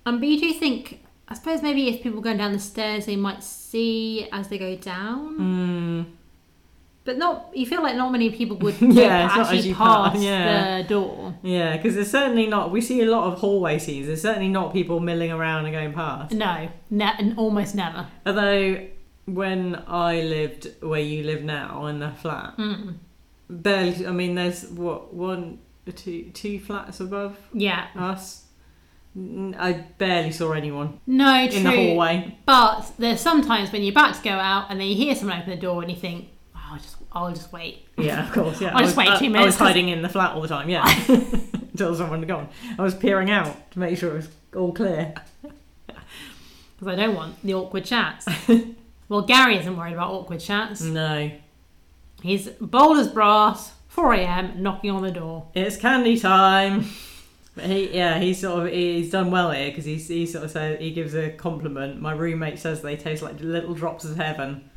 Speaker 1: Um, but you do think, I suppose maybe if people going down the stairs, they might see as they go down.
Speaker 2: Mm.
Speaker 1: But not, you feel like not many people would
Speaker 2: Yeah, it's not
Speaker 1: actually
Speaker 2: as you
Speaker 1: pass
Speaker 2: pass, yeah.
Speaker 1: the door.
Speaker 2: Yeah, because there's certainly not. We see a lot of hallway scenes. There's certainly not people milling around and going past.
Speaker 1: No, ne- and almost never.
Speaker 2: Although, when I lived where you live now in the flat,
Speaker 1: Mm.
Speaker 2: barely. I mean, there's what one, two, two flats above
Speaker 1: Yeah,
Speaker 2: us. N- I barely saw anyone
Speaker 1: no, true.
Speaker 2: in the hallway.
Speaker 1: But there's sometimes when you're about to go out and then you hear someone open the door and you think, oh, I'll just, I'll just wait.
Speaker 2: Yeah, of course. Yeah,
Speaker 1: I'll just
Speaker 2: was-
Speaker 1: wait two
Speaker 2: I
Speaker 1: minutes
Speaker 2: was
Speaker 1: 'cause-
Speaker 2: hiding in the flat all the time. Yeah, until someone had gone. I was peering out to make sure it was all clear.
Speaker 1: Because I don't want the awkward chats. well, Gary isn't worried about awkward chats.
Speaker 2: No,
Speaker 1: He's bold as brass, 4 a.m., knocking on the door.
Speaker 2: it's candy time. But he, yeah, he's sort of he's done well here because he's he sort of says he gives a compliment. My roommate says they taste like little drops of heaven.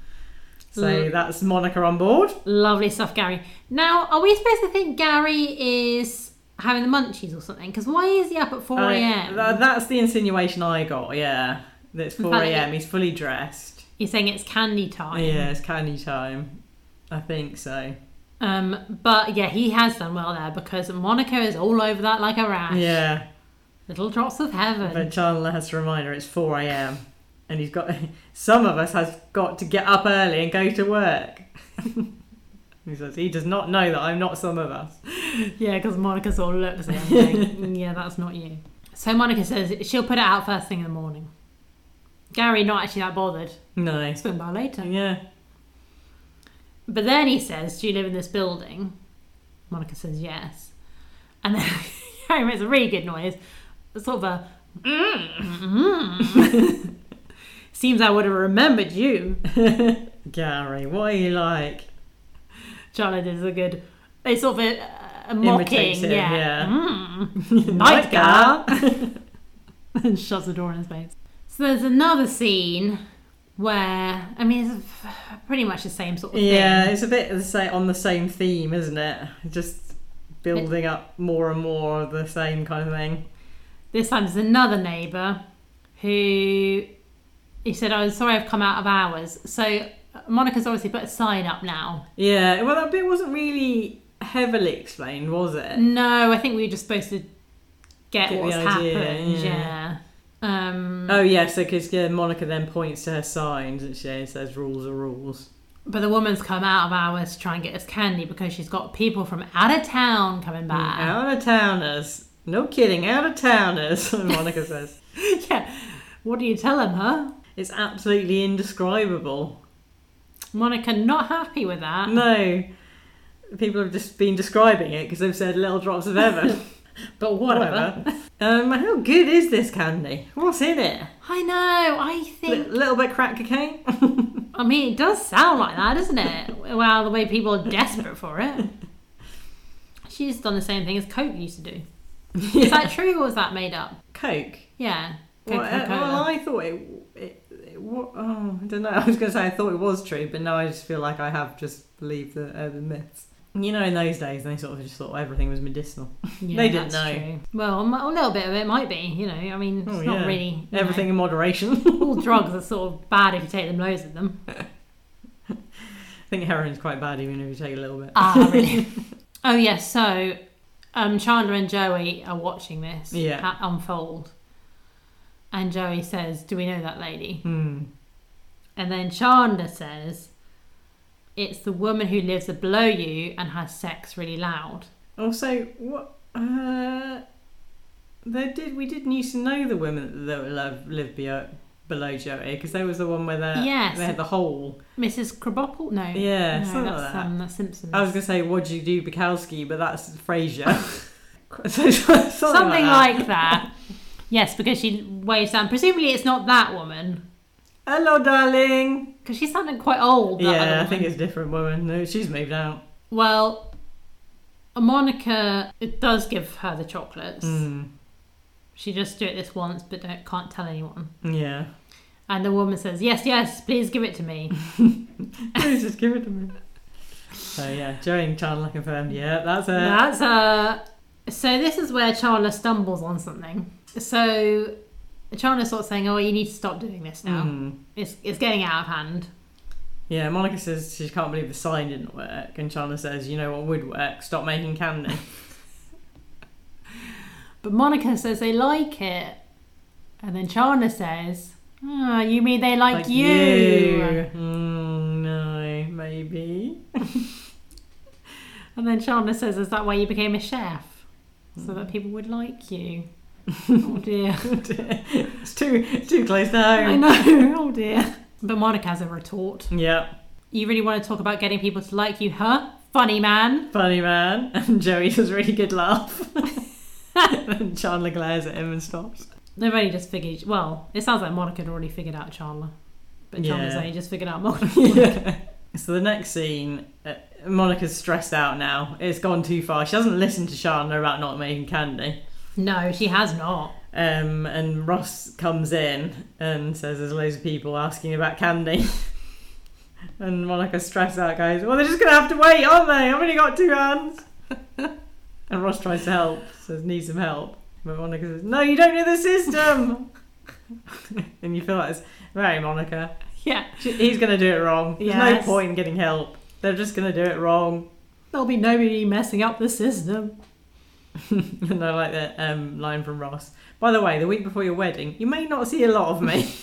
Speaker 2: So
Speaker 1: Mm.
Speaker 2: that's Monica on board.
Speaker 1: Lovely stuff, Gary. Now, are we supposed to think Gary is having the munchies or something? Because why is he up at 4
Speaker 2: I- uh,
Speaker 1: a.m.?
Speaker 2: tha- that's the insinuation I got. Yeah, that's
Speaker 1: In
Speaker 2: four
Speaker 1: fact,
Speaker 2: a.m. He's fully dressed.
Speaker 1: He's saying it's candy time.
Speaker 2: Yeah, it's candy time. I think so.
Speaker 1: Um, but yeah, he has done well there because Monica is all over that like a rash.
Speaker 2: Yeah,
Speaker 1: Little drops of heaven.
Speaker 2: but Chandler has to remind her it's four a.m. and he's got. Some of us has got to get up early and go to work. he says he does not know that I'm not some of us.
Speaker 1: Yeah, because Monica sort of looks at him and think, yeah, that's not you. So Monica says she'll put it out first thing in the morning. Gary not actually that bothered.
Speaker 2: No.
Speaker 1: Swim by later.
Speaker 2: Yeah.
Speaker 1: But then he says, "Do you live in this building?" Monica says, "Yes." And then Gary makes a really good noise, sort of a. Mm, mm. Seems I would have remembered you.
Speaker 2: Gary, what are you like?
Speaker 1: Charlotte is a good. It's sort of a, a mocking,
Speaker 2: Imitative,
Speaker 1: yeah.
Speaker 2: yeah.
Speaker 1: Mm. Nightgown. and shuts the door in his face. So there's another scene where I mean it's pretty much the same sort of
Speaker 2: Yeah,
Speaker 1: thing.
Speaker 2: it's a bit of the same, on the same theme, isn't it? Just building up more and more of the same kind of thing.
Speaker 1: This time there's another neighbour who he said, "Oh, sorry, I've come out of hours." So Monica's obviously put a sign up now.
Speaker 2: Yeah, well, that bit wasn't really heavily explained, was it?
Speaker 1: Mm. No, I think we were just supposed to get,
Speaker 2: Get the
Speaker 1: what's
Speaker 2: idea,
Speaker 1: happened. Yeah.
Speaker 2: yeah.
Speaker 1: Um,
Speaker 2: Oh yeah, so because yeah, Monica then points to her sign, doesn't she? And says rules are rules.
Speaker 1: But the woman's come out of hours to try and get us candy because she's got people from out of town coming back.
Speaker 2: Mm, Out of towners. No kidding, out of towners. Monica says
Speaker 1: yeah. What do you tell them, huh?
Speaker 2: it's absolutely indescribable.
Speaker 1: Monica not happy with that.
Speaker 2: Mm, No, people have just been describing it because they've said little drops of heaven.
Speaker 1: but whatever.
Speaker 2: um, how good is this candy? What's in it?
Speaker 1: I know. I
Speaker 2: A
Speaker 1: think.
Speaker 2: little bit crack cocaine.
Speaker 1: I mean, it does sound like that, doesn't it? well, the way people are desperate for it. She's done the same thing as Coke used to do. Is that true or is that made up?
Speaker 2: Coke.
Speaker 1: Yeah.
Speaker 2: Well, uh,
Speaker 1: Coca-Cola.
Speaker 2: well, I thought it. it, it wa- oh, I don't know. I was going to say I thought it was true, but now I just feel like I have just believed the urban myths. You know, in those days, they sort of just thought everything was medicinal.
Speaker 1: Yeah,
Speaker 2: They didn't
Speaker 1: that's
Speaker 2: know.
Speaker 1: true. Well, a mi- a little bit of it might be, you know. I mean, it's
Speaker 2: Oh,
Speaker 1: not
Speaker 2: yeah.
Speaker 1: really you
Speaker 2: Everything in moderation.
Speaker 1: know, all drugs are sort of bad if you take them loads of them.
Speaker 2: I think heroin's quite bad, even if you take a little bit.
Speaker 1: Ah, really? oh yes. so, um, Chandler and Joey are watching this
Speaker 2: Yeah.
Speaker 1: ha- unfold, and Joey says, "Do we know that lady?"
Speaker 2: Hmm.
Speaker 1: And then Chandler says, "It's the woman who lives below you and has sex really loud."
Speaker 2: Also, what? Uh, they did. We didn't used to know the women that love, lived below, below Joey because there was the one where they
Speaker 1: Yes.
Speaker 2: they had the hole.
Speaker 1: Mrs. Krabappel? No.
Speaker 2: Yeah,
Speaker 1: No,
Speaker 2: something like
Speaker 1: that's,
Speaker 2: that. Oh,
Speaker 1: um, that's Simpsons.
Speaker 2: I was gonna say, what'd you do, Bukowski? But that's Frasier. So- so- something,
Speaker 1: something
Speaker 2: that.
Speaker 1: like that. yes, because she waves down. Presumably, it's not that woman
Speaker 2: Hello, darling.
Speaker 1: because she sounded quite old. That other
Speaker 2: yeah, I
Speaker 1: woman.
Speaker 2: think it's a different woman. No, she's moved out.
Speaker 1: Well, Monica it does give her the chocolates.
Speaker 2: Mm.
Speaker 1: She just do it this once, but don't, can't tell anyone.
Speaker 2: Yeah.
Speaker 1: And the woman says, "Yes, yes, please give it to me."
Speaker 2: Please just give it to me. So yeah, Joey and Chandler confirmed. Yeah, that's her.
Speaker 1: That's uh. So this is where Chandler stumbles on something. So Chandler's sort of saying, "Oh, you need to stop doing this now.
Speaker 2: Mm.
Speaker 1: It's it's getting out of hand."
Speaker 2: Yeah, Monica says she can't believe the sign didn't work, and Chandler says, "You know what would work? Stop making candy."
Speaker 1: But Monica says they like it. And then Chandler says, "Ah, You mean they like, you.
Speaker 2: Mm, no, maybe.
Speaker 1: And then Chandler says, Is that why you became a chef? So that people would like you. oh dear.
Speaker 2: it's too too close to home.
Speaker 1: I know. Oh dear. But Monica has a retort.
Speaker 2: Yeah.
Speaker 1: You really want to talk about getting people to like you, huh? Funny man.
Speaker 2: funny man. And Joey does a really good laugh. and Chandler glares at him and stops.
Speaker 1: They've only just figured. Well, it sounds like Monica had already figured out Chandler, but Chandler's
Speaker 2: Yeah.
Speaker 1: only just figured out Monica.
Speaker 2: So the next scene, uh, Monica's stressed out now. It's gone too far. She doesn't listen to Chandler about not making candy.
Speaker 1: no, she has not.
Speaker 2: Um, and Ross comes in and says there's loads of people asking about candy. and Monica's stressed out goes, Well, they're just going to have to wait, aren't they? I've only got two hands. and Ross tries to help, says, Need some help. But Monica says, No, you don't know the system. and you feel like it's very Monica.
Speaker 1: Yeah,
Speaker 2: She- He's going to do it wrong. There's
Speaker 1: Yes.
Speaker 2: no point in getting help. They're just going to do it wrong.
Speaker 1: there'll be nobody messing up the system.
Speaker 2: and I like that um, line from Ross. By the way, the week before your wedding, you may not see a lot of me.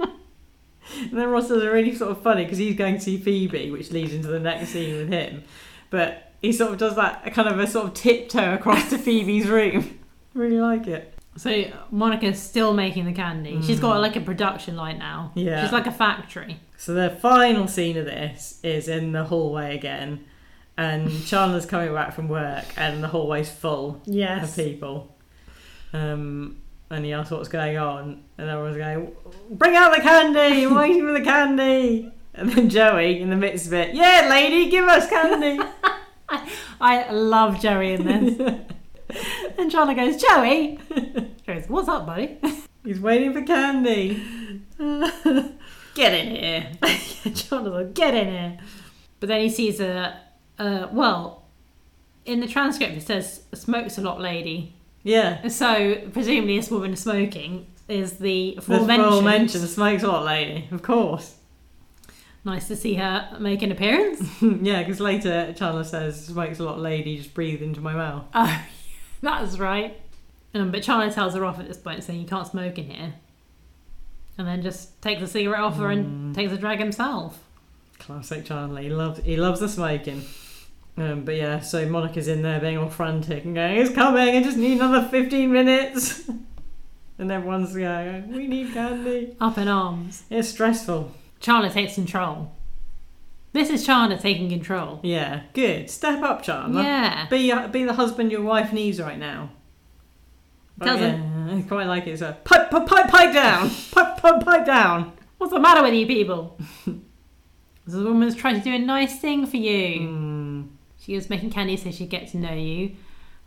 Speaker 2: and then Ross is really sort of funny because he's going to see Phoebe, which leads into the next scene with him. But he sort of does that a kind of a sort of tiptoe across to Phoebe's room. really like it.
Speaker 1: So Monica's still making the candy. She's got like a production line now.
Speaker 2: Hmm. Yeah.
Speaker 1: she's like a factory.
Speaker 2: So the final scene of this is in the hallway again, and Chandler's coming back from work, and the hallway's full.
Speaker 1: Yes.
Speaker 2: of people. Um, and he asked what's going on, and everyone's going, "Bring out the candy! We're waiting for the candy!" And then Joey, in the midst of it, "Yeah, lady, give us candy!"
Speaker 1: I love Joey in this. and Chandler goes, Joey. Joey's, what's up, buddy?
Speaker 2: He's waiting for candy. Get in here!
Speaker 1: Chandler's like, get in here. But then he sees a, a well, in the transcript it says smokes a lot, lady.
Speaker 2: Yeah.
Speaker 1: So presumably this woman smoking is the
Speaker 2: Full
Speaker 1: aforementioned.
Speaker 2: mention. mention smokes a lot, lady. Of course.
Speaker 1: Nice to see her make an appearance.
Speaker 2: yeah, because later Chandler says, "Smokes a lot, lady. Just breathe into my mouth."
Speaker 1: Oh, that's right. Um, but Charlie tells her off at this point, saying you can't smoke in here. And then just takes a cigarette off her and takes a drag himself.
Speaker 2: Classic Charlie. He loves he loves the smoking. Um, but yeah, so Monica's in there being all frantic and going, "It's coming! I just need another fifteen minutes." and everyone's going, "We need candy."
Speaker 1: Up in arms.
Speaker 2: It's stressful.
Speaker 1: Charlie takes control. This is Charlie taking control.
Speaker 2: Yeah, good. Step up, Charlie.
Speaker 1: Yeah.
Speaker 2: Be uh, be the husband your wife needs right now. But
Speaker 1: Doesn't.
Speaker 2: yeah, I quite like it. So pipe pipe pipe pipe down. pipe pipe pipe down.
Speaker 1: What's the matter with you people? this woman's trying to do a nice thing for you.
Speaker 2: Mm,
Speaker 1: She was making candy so she'd get to know you.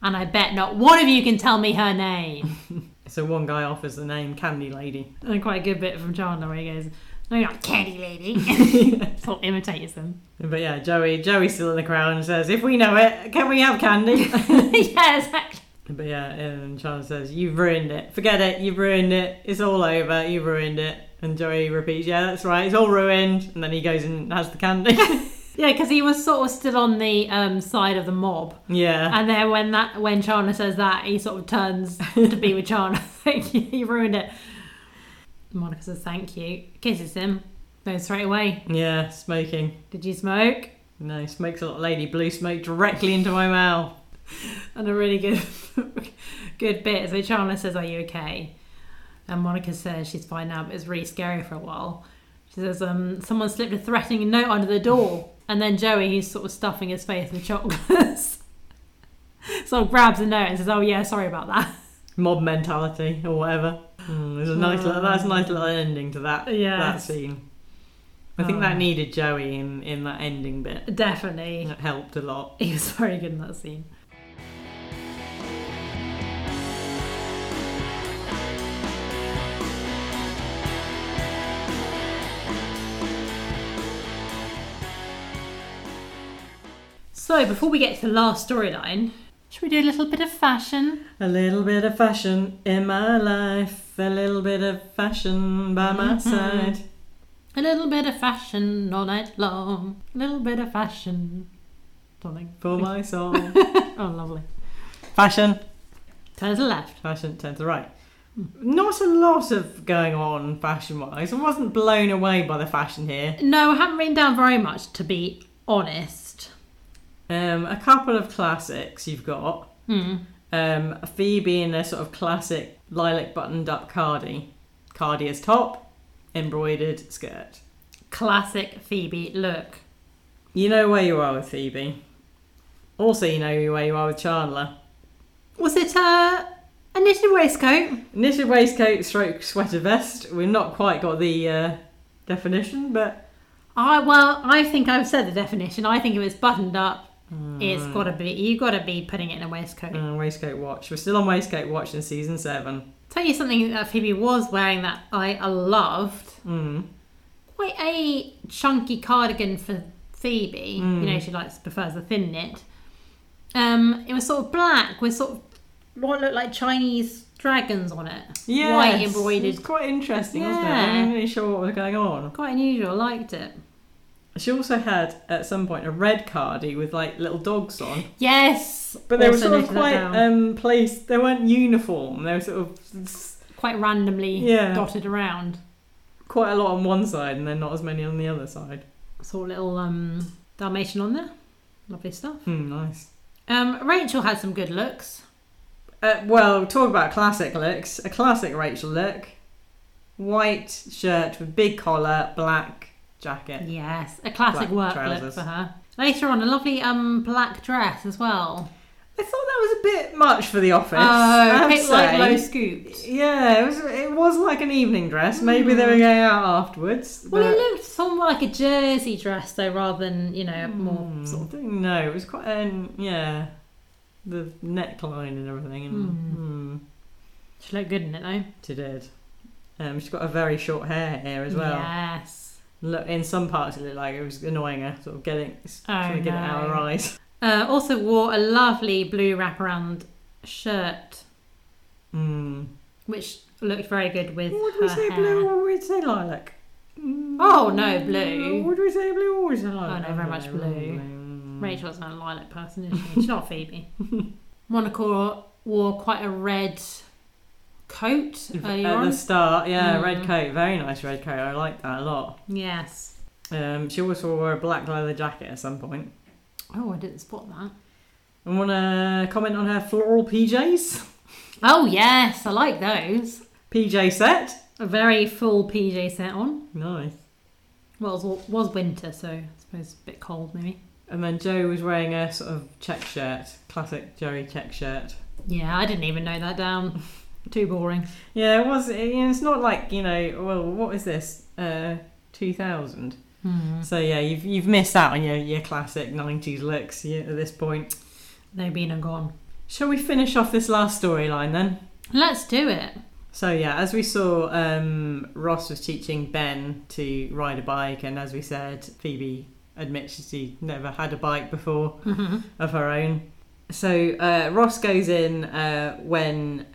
Speaker 1: And I bet not one of you can tell me her name.
Speaker 2: So one guy offers the name Candy Lady.
Speaker 1: and quite a good bit from Chandler where he goes, No, you're not candy lady. sort of imitates them.
Speaker 2: But yeah, Joey Joey's still in the crowd and says, "If we know it, can we have candy?"
Speaker 1: yeah, exactly.
Speaker 2: But yeah, and Charles says, You've ruined it. Forget it, you've ruined it. It's all over, you've ruined it. And Joey repeats, Yeah, that's right, it's all ruined. And then he goes and has the candy.
Speaker 1: Yeah, because he was sort of still on the um, side of the mob.
Speaker 2: yeah.
Speaker 1: And then when that when Chandler says that, he sort of turns to be with Chandler. Thank you, you ruined it. Monica says thank you, kisses him, goes straight away.
Speaker 2: yeah, smoking.
Speaker 1: Did you smoke?
Speaker 2: No, smokes a lot of lady blue smoke directly into my mouth.
Speaker 1: And a really good good bit. So Chandler says, "Are you okay?" And Monica says she's fine now, but it's really scary for a while. She says, um, "Someone slipped a threatening note under the door," and then Joey, who's sort of stuffing his face with chocolates, sort of grabs a note and says, "Oh yeah, sorry about that."
Speaker 2: Mob mentality or whatever. Mm, there's a nice little, that's a nice little ending to that
Speaker 1: Yes.
Speaker 2: that scene. I think
Speaker 1: Oh.
Speaker 2: that needed Joey in, in that ending bit.
Speaker 1: Definitely,
Speaker 2: It helped a lot.
Speaker 1: he was very good in that scene. So, before we get to the last storyline, should we do a little bit of fashion?
Speaker 2: A little bit of fashion in my life, a little bit of fashion by my
Speaker 1: Mhm.
Speaker 2: side.
Speaker 1: A little bit of fashion all night long. A little bit of fashion. Something.
Speaker 2: For my soul.
Speaker 1: Oh, lovely.
Speaker 2: fashion,
Speaker 1: Turn to the left.
Speaker 2: fashion, turn to the right. Not a lot of going on fashion wise. I wasn't blown away by the fashion here.
Speaker 1: No, I haven't written down very much, to be honest.
Speaker 2: Um, a couple of classics you've got.
Speaker 1: Hmm.
Speaker 2: Um, Phoebe in a sort of classic lilac buttoned up cardi. Cardi as top, embroidered skirt.
Speaker 1: classic Phoebe look.
Speaker 2: You know where you are with Phoebe. Also, you know where you are with Chandler.
Speaker 1: Was it uh, a, a knitted waistcoat?
Speaker 2: Knitted waistcoat, stroke sweater vest. We've not quite got the uh, definition, but
Speaker 1: I well, I think I've said the definition. I think if it's buttoned up, it's gotta be you gotta be putting it in a waistcoat.
Speaker 2: uh, waistcoat watch. We're still on waistcoat watch in season seven.
Speaker 1: Tell you something that Phoebe was wearing that I loved.
Speaker 2: Mm.
Speaker 1: Quite a chunky cardigan for Phoebe. You know,
Speaker 2: Mm.
Speaker 1: she likes prefers the thin knit. Um, it was sort of black with sort of what looked like Chinese dragons on it.
Speaker 2: Yeah,
Speaker 1: White embroidered.
Speaker 2: It's quite interesting, wasn't it?
Speaker 1: Yeah.
Speaker 2: I wasn't really sure what was going on.
Speaker 1: Quite unusual, I liked it.
Speaker 2: She also had at some point a red cardi with like little dogs on,
Speaker 1: Yes.
Speaker 2: but they were
Speaker 1: Also
Speaker 2: sort of
Speaker 1: noted that
Speaker 2: quite
Speaker 1: down.
Speaker 2: um placed. They weren't uniform. They were sort of s-
Speaker 1: quite randomly
Speaker 2: Yeah.
Speaker 1: dotted around.
Speaker 2: quite a lot on one side and then not as many on the other side.
Speaker 1: Saw a little um, Dalmatian on there. Lovely stuff.
Speaker 2: Hmm, nice.
Speaker 1: Um, Rachel had some good looks.
Speaker 2: Uh, well, talk about classic looks. A classic Rachel look. White shirt with big collar, black jacket.
Speaker 1: Yes, a classic work
Speaker 2: Black
Speaker 1: look
Speaker 2: trousers.
Speaker 1: for her. Later on, a lovely um, black dress as well.
Speaker 2: I thought that was a bit much for the office. I
Speaker 1: Oh,
Speaker 2: have
Speaker 1: a
Speaker 2: to
Speaker 1: bit like
Speaker 2: say.
Speaker 1: low scooped.
Speaker 2: Yeah, it was, it was like an evening dress. Maybe they were going out afterwards.
Speaker 1: Hmm. Well, it
Speaker 2: but-
Speaker 1: looked somewhat like a jersey dress though, rather than you know more
Speaker 2: Hmm,
Speaker 1: sort of.
Speaker 2: I don't know. It was quite. Um, yeah. The neckline and everything. And, hmm,
Speaker 1: She looked good in it though.
Speaker 2: she did. Um, she's got a very short hair here as well.
Speaker 1: Yes.
Speaker 2: Look, in some parts it looked like it was annoying her, sort of getting trying to get it out of
Speaker 1: Oh, no.
Speaker 2: her eyes.
Speaker 1: Uh, also wore a lovely blue wraparound shirt,
Speaker 2: Mm.
Speaker 1: which looked very good with
Speaker 2: Would
Speaker 1: her
Speaker 2: we say
Speaker 1: hair.
Speaker 2: blue or would we say lilac? Mm.
Speaker 1: Oh, no, blue. Oh,
Speaker 2: Would we say blue or would we say lilac?
Speaker 1: no, very much blue.
Speaker 2: Mm.
Speaker 1: Rachel's not a lilac person, is she? She's not Phoebe. Monica wore quite a red coat earlier
Speaker 2: At
Speaker 1: on.
Speaker 2: the start, yeah,
Speaker 1: Mm.
Speaker 2: red coat, very nice red coat. I like that a lot.
Speaker 1: Yes.
Speaker 2: Um, she also wore a black leather jacket at some point.
Speaker 1: Oh, I didn't spot that.
Speaker 2: And want to comment on her floral PJs?
Speaker 1: Oh yes, I like those.
Speaker 2: PJ set.
Speaker 1: A very full PJ set on.
Speaker 2: Nice.
Speaker 1: Well, it was, was winter, so I suppose a bit cold maybe.
Speaker 2: And then Joe was wearing a sort of check shirt, classic Joey check shirt.
Speaker 1: Yeah, I didn't even know that down. Too boring.
Speaker 2: Yeah, it was. it- It's not like you know. Well, what is this? Uh, two thousand.
Speaker 1: Hmm.
Speaker 2: So yeah, you've you've missed out on your your classic nineties looks yeah, at this point.
Speaker 1: They've been and gone.
Speaker 2: Shall we finish off this last storyline then?
Speaker 1: Let's do it.
Speaker 2: So yeah, as we saw, um, Ross was teaching Ben to ride a bike, and as we said, Phoebe admits she never had a bike before
Speaker 1: Mhm.
Speaker 2: of her own. So uh, Ross goes in uh, when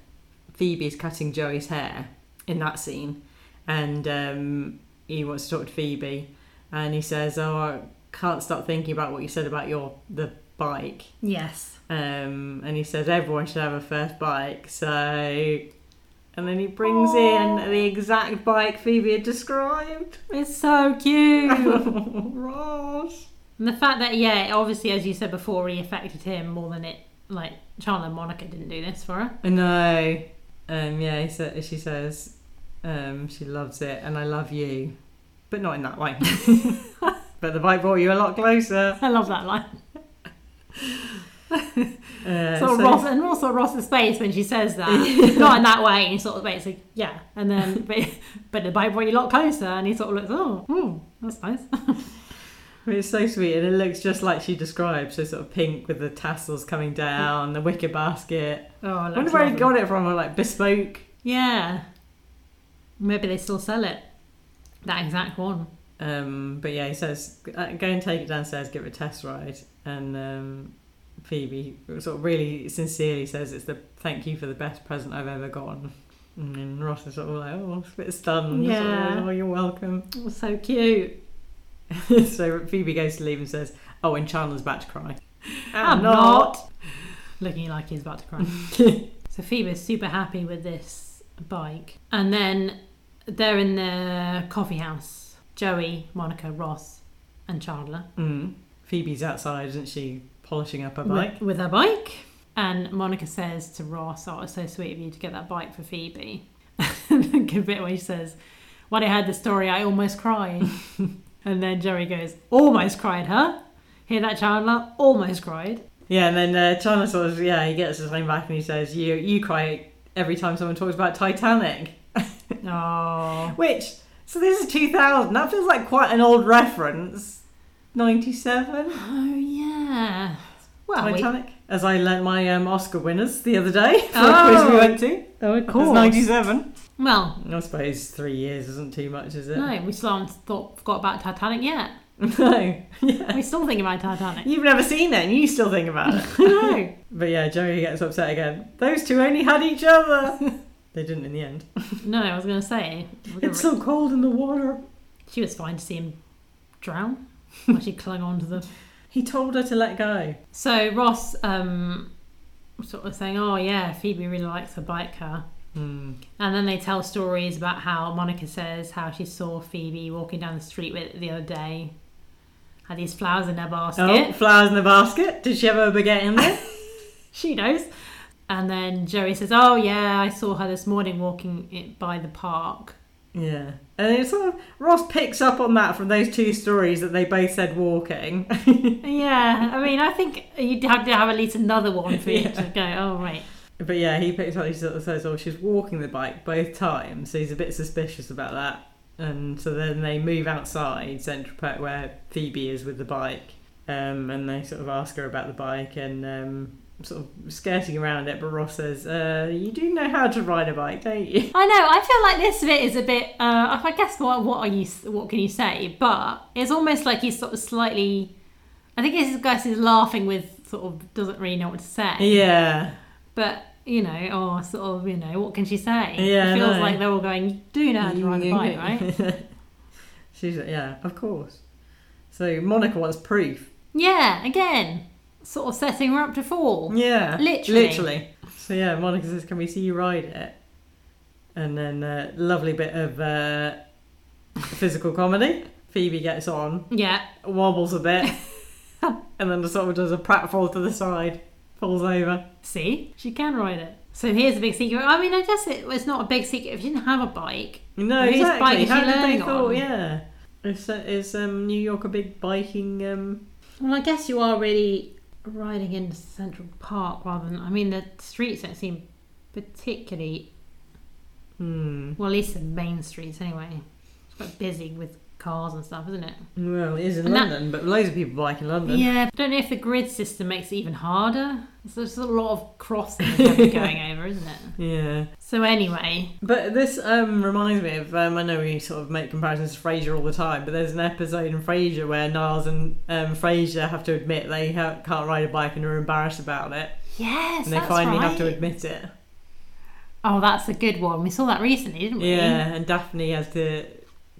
Speaker 2: Phoebe's cutting Joey's hair in that scene, and um, he wants to talk to Phoebe, and he says, "Oh, I can't stop thinking about what you said about your the bike."
Speaker 1: Yes.
Speaker 2: Um, and he says everyone should have a first bike. So, and then he brings in the exact bike Phoebe had described.
Speaker 1: It's so cute. and
Speaker 2: Ross.
Speaker 1: the fact that yeah, obviously as you said before, he affected him more than it like Charlotte and Monica didn't do this for her.
Speaker 2: I know. Um, yeah, he sa- she says um, she loves it, and I love you, but not in that way. but the bike brought you a lot closer.
Speaker 1: I love that line.
Speaker 2: Uh,
Speaker 1: sort of
Speaker 2: so-
Speaker 1: Ross and also Ross's face when she says that, not in that way. And he sort of basically, yeah. And then, but, but the bike brought you a lot closer, and he sort of looks, oh, ooh, that's nice.
Speaker 2: It's so sweet, and it looks just like she described. So sort of pink with the tassels coming down, the wicker basket.
Speaker 1: Oh, I
Speaker 2: I wonder where he got it from, or like bespoke.
Speaker 1: Yeah, maybe they still sell it. That exact one.
Speaker 2: Um, but yeah, he says, uh, go and take it downstairs, give it a test ride. And um, Phoebe sort of really sincerely says, it's the thank you for the best present I've ever gotten. And then Ross is sort of like, oh, it's a bit stunned. Sort of,
Speaker 1: Yeah.
Speaker 2: oh, you're welcome.
Speaker 1: It was so cute.
Speaker 2: so Phoebe goes to leave and says, oh, and Chandler's about to cry.
Speaker 1: I'm not. Looking like he's about to cry. so Phoebe's super happy with this bike. And then they're in the coffee house. Joey, Monica, Ross, and Chandler.
Speaker 2: Mm. Phoebe's outside, isn't she? Polishing up her
Speaker 1: wi-
Speaker 2: bike.
Speaker 1: With her bike. And Monica says to Ross, Oh, it's so sweet of you to get that bike for Phoebe. Good bit where she says, When I heard the story, I almost cried. and then Joey goes, Almost cried, huh? Hear that, Chandler? Almost cried.
Speaker 2: Yeah, and then uh, Chandler sort of, yeah, he gets his name back and he says, you, you cry every time someone talks about Titanic.
Speaker 1: Oh.
Speaker 2: Which, so this is 2000. That feels like quite an old reference. 97?
Speaker 1: Oh, yeah. Well, we-
Speaker 2: Titanic? As I learnt my um, Oscar winners the other day for
Speaker 1: Oh.
Speaker 2: a quiz we went to.
Speaker 1: Oh, of
Speaker 2: It's
Speaker 1: course.
Speaker 2: 97.
Speaker 1: Well,
Speaker 2: I suppose three years isn't too much, is it?
Speaker 1: no, we still haven't thought, forgot about Titanic yet.
Speaker 2: no. Yeah.
Speaker 1: We still think about Titanic.
Speaker 2: You've never seen it and you still think about it.
Speaker 1: no.
Speaker 2: But yeah, Joey gets upset again. Those two only had each other. they didn't in the end.
Speaker 1: No, I was going to say. we're gonna
Speaker 2: It's so cold in the water.
Speaker 1: She was fine to see him drown while she clung onto them.
Speaker 2: He told her to let go.
Speaker 1: So Ross um, sort of saying, "Oh yeah, Phoebe really likes her bike car,"
Speaker 2: Hmm.
Speaker 1: and then they tell stories about how Monica says how she saw Phoebe walking down the street with the other day, had these flowers in her
Speaker 2: Oh,
Speaker 1: basket.
Speaker 2: flowers in the basket. Did she have a baguette in there?
Speaker 1: She knows. And then Joey says, "Oh yeah, I saw her this morning walking it by the park."
Speaker 2: Yeah. And it's sort of Ross picks up on that from those two stories that they both said walking.
Speaker 1: Yeah, I mean, I think you'd have to have at least another one for you to go. Oh right,
Speaker 2: but yeah, he picks up he sort of says, Oh, she's walking the bike both times, so he's a bit suspicious about that. And so then they move outside Central Park where Phoebe is with the bike. Um, and they sort of ask her about the bike and um, sort of skirting around it, but Ross says, uh, you do know how to ride a bike, don't you?
Speaker 1: I know. I feel like this bit is a bit. Uh, I guess what what are you? What can you say? But it's almost like he's sort of slightly. I think this guy is laughing with sort of doesn't really know what to say.
Speaker 2: Yeah.
Speaker 1: But you know, or sort of you know, what can she say?
Speaker 2: Yeah,
Speaker 1: It
Speaker 2: I
Speaker 1: feels
Speaker 2: know.
Speaker 1: like they're all going. You do know how to ride a bike, right?
Speaker 2: She's like, yeah, of course. So Monica wants proof.
Speaker 1: yeah. Again, sort of setting her up to fall.
Speaker 2: Yeah.
Speaker 1: Literally.
Speaker 2: Literally. So yeah, Monica says, "Can we see you ride it?" And then uh, lovely bit of uh, physical comedy. Phoebe gets on,
Speaker 1: Yeah.
Speaker 2: wobbles a bit, and then sort of does a pratfall to the side, falls over.
Speaker 1: See, she can ride it. So here's a big secret. I mean, I guess it, it's not a big secret if she didn't have a bike.
Speaker 2: No,
Speaker 1: Whose bike
Speaker 2: exactly.
Speaker 1: is
Speaker 2: How
Speaker 1: she
Speaker 2: did
Speaker 1: laying
Speaker 2: they thought?
Speaker 1: on?
Speaker 2: Yeah. Is, uh, is um, New York a big biking? Um...
Speaker 1: Well, I guess you are really riding into Central Park rather than. I mean, the streets don't seem particularly.
Speaker 2: Hmm.
Speaker 1: Well, at least the main streets anyway. It's quite busy with cars and stuff, isn't it?
Speaker 2: Well, it is in
Speaker 1: And that-
Speaker 2: London, but loads of people bike in London.
Speaker 1: Yeah, I don't know if the grid system makes it even harder. So there's a lot of crossing and stuff going over, isn't it?
Speaker 2: Yeah.
Speaker 1: So anyway,
Speaker 2: But this um, reminds me of um, I know we sort of make comparisons to Frasier all the time, but there's an episode in Frasier where Niles and um, Frasier have to admit they ha- can't ride a bike and are embarrassed about it,
Speaker 1: yes,
Speaker 2: and they
Speaker 1: that's
Speaker 2: finally
Speaker 1: right.
Speaker 2: have to admit it.
Speaker 1: Oh, that's a good one. We saw that recently, didn't we?
Speaker 2: Yeah, and Daphne has to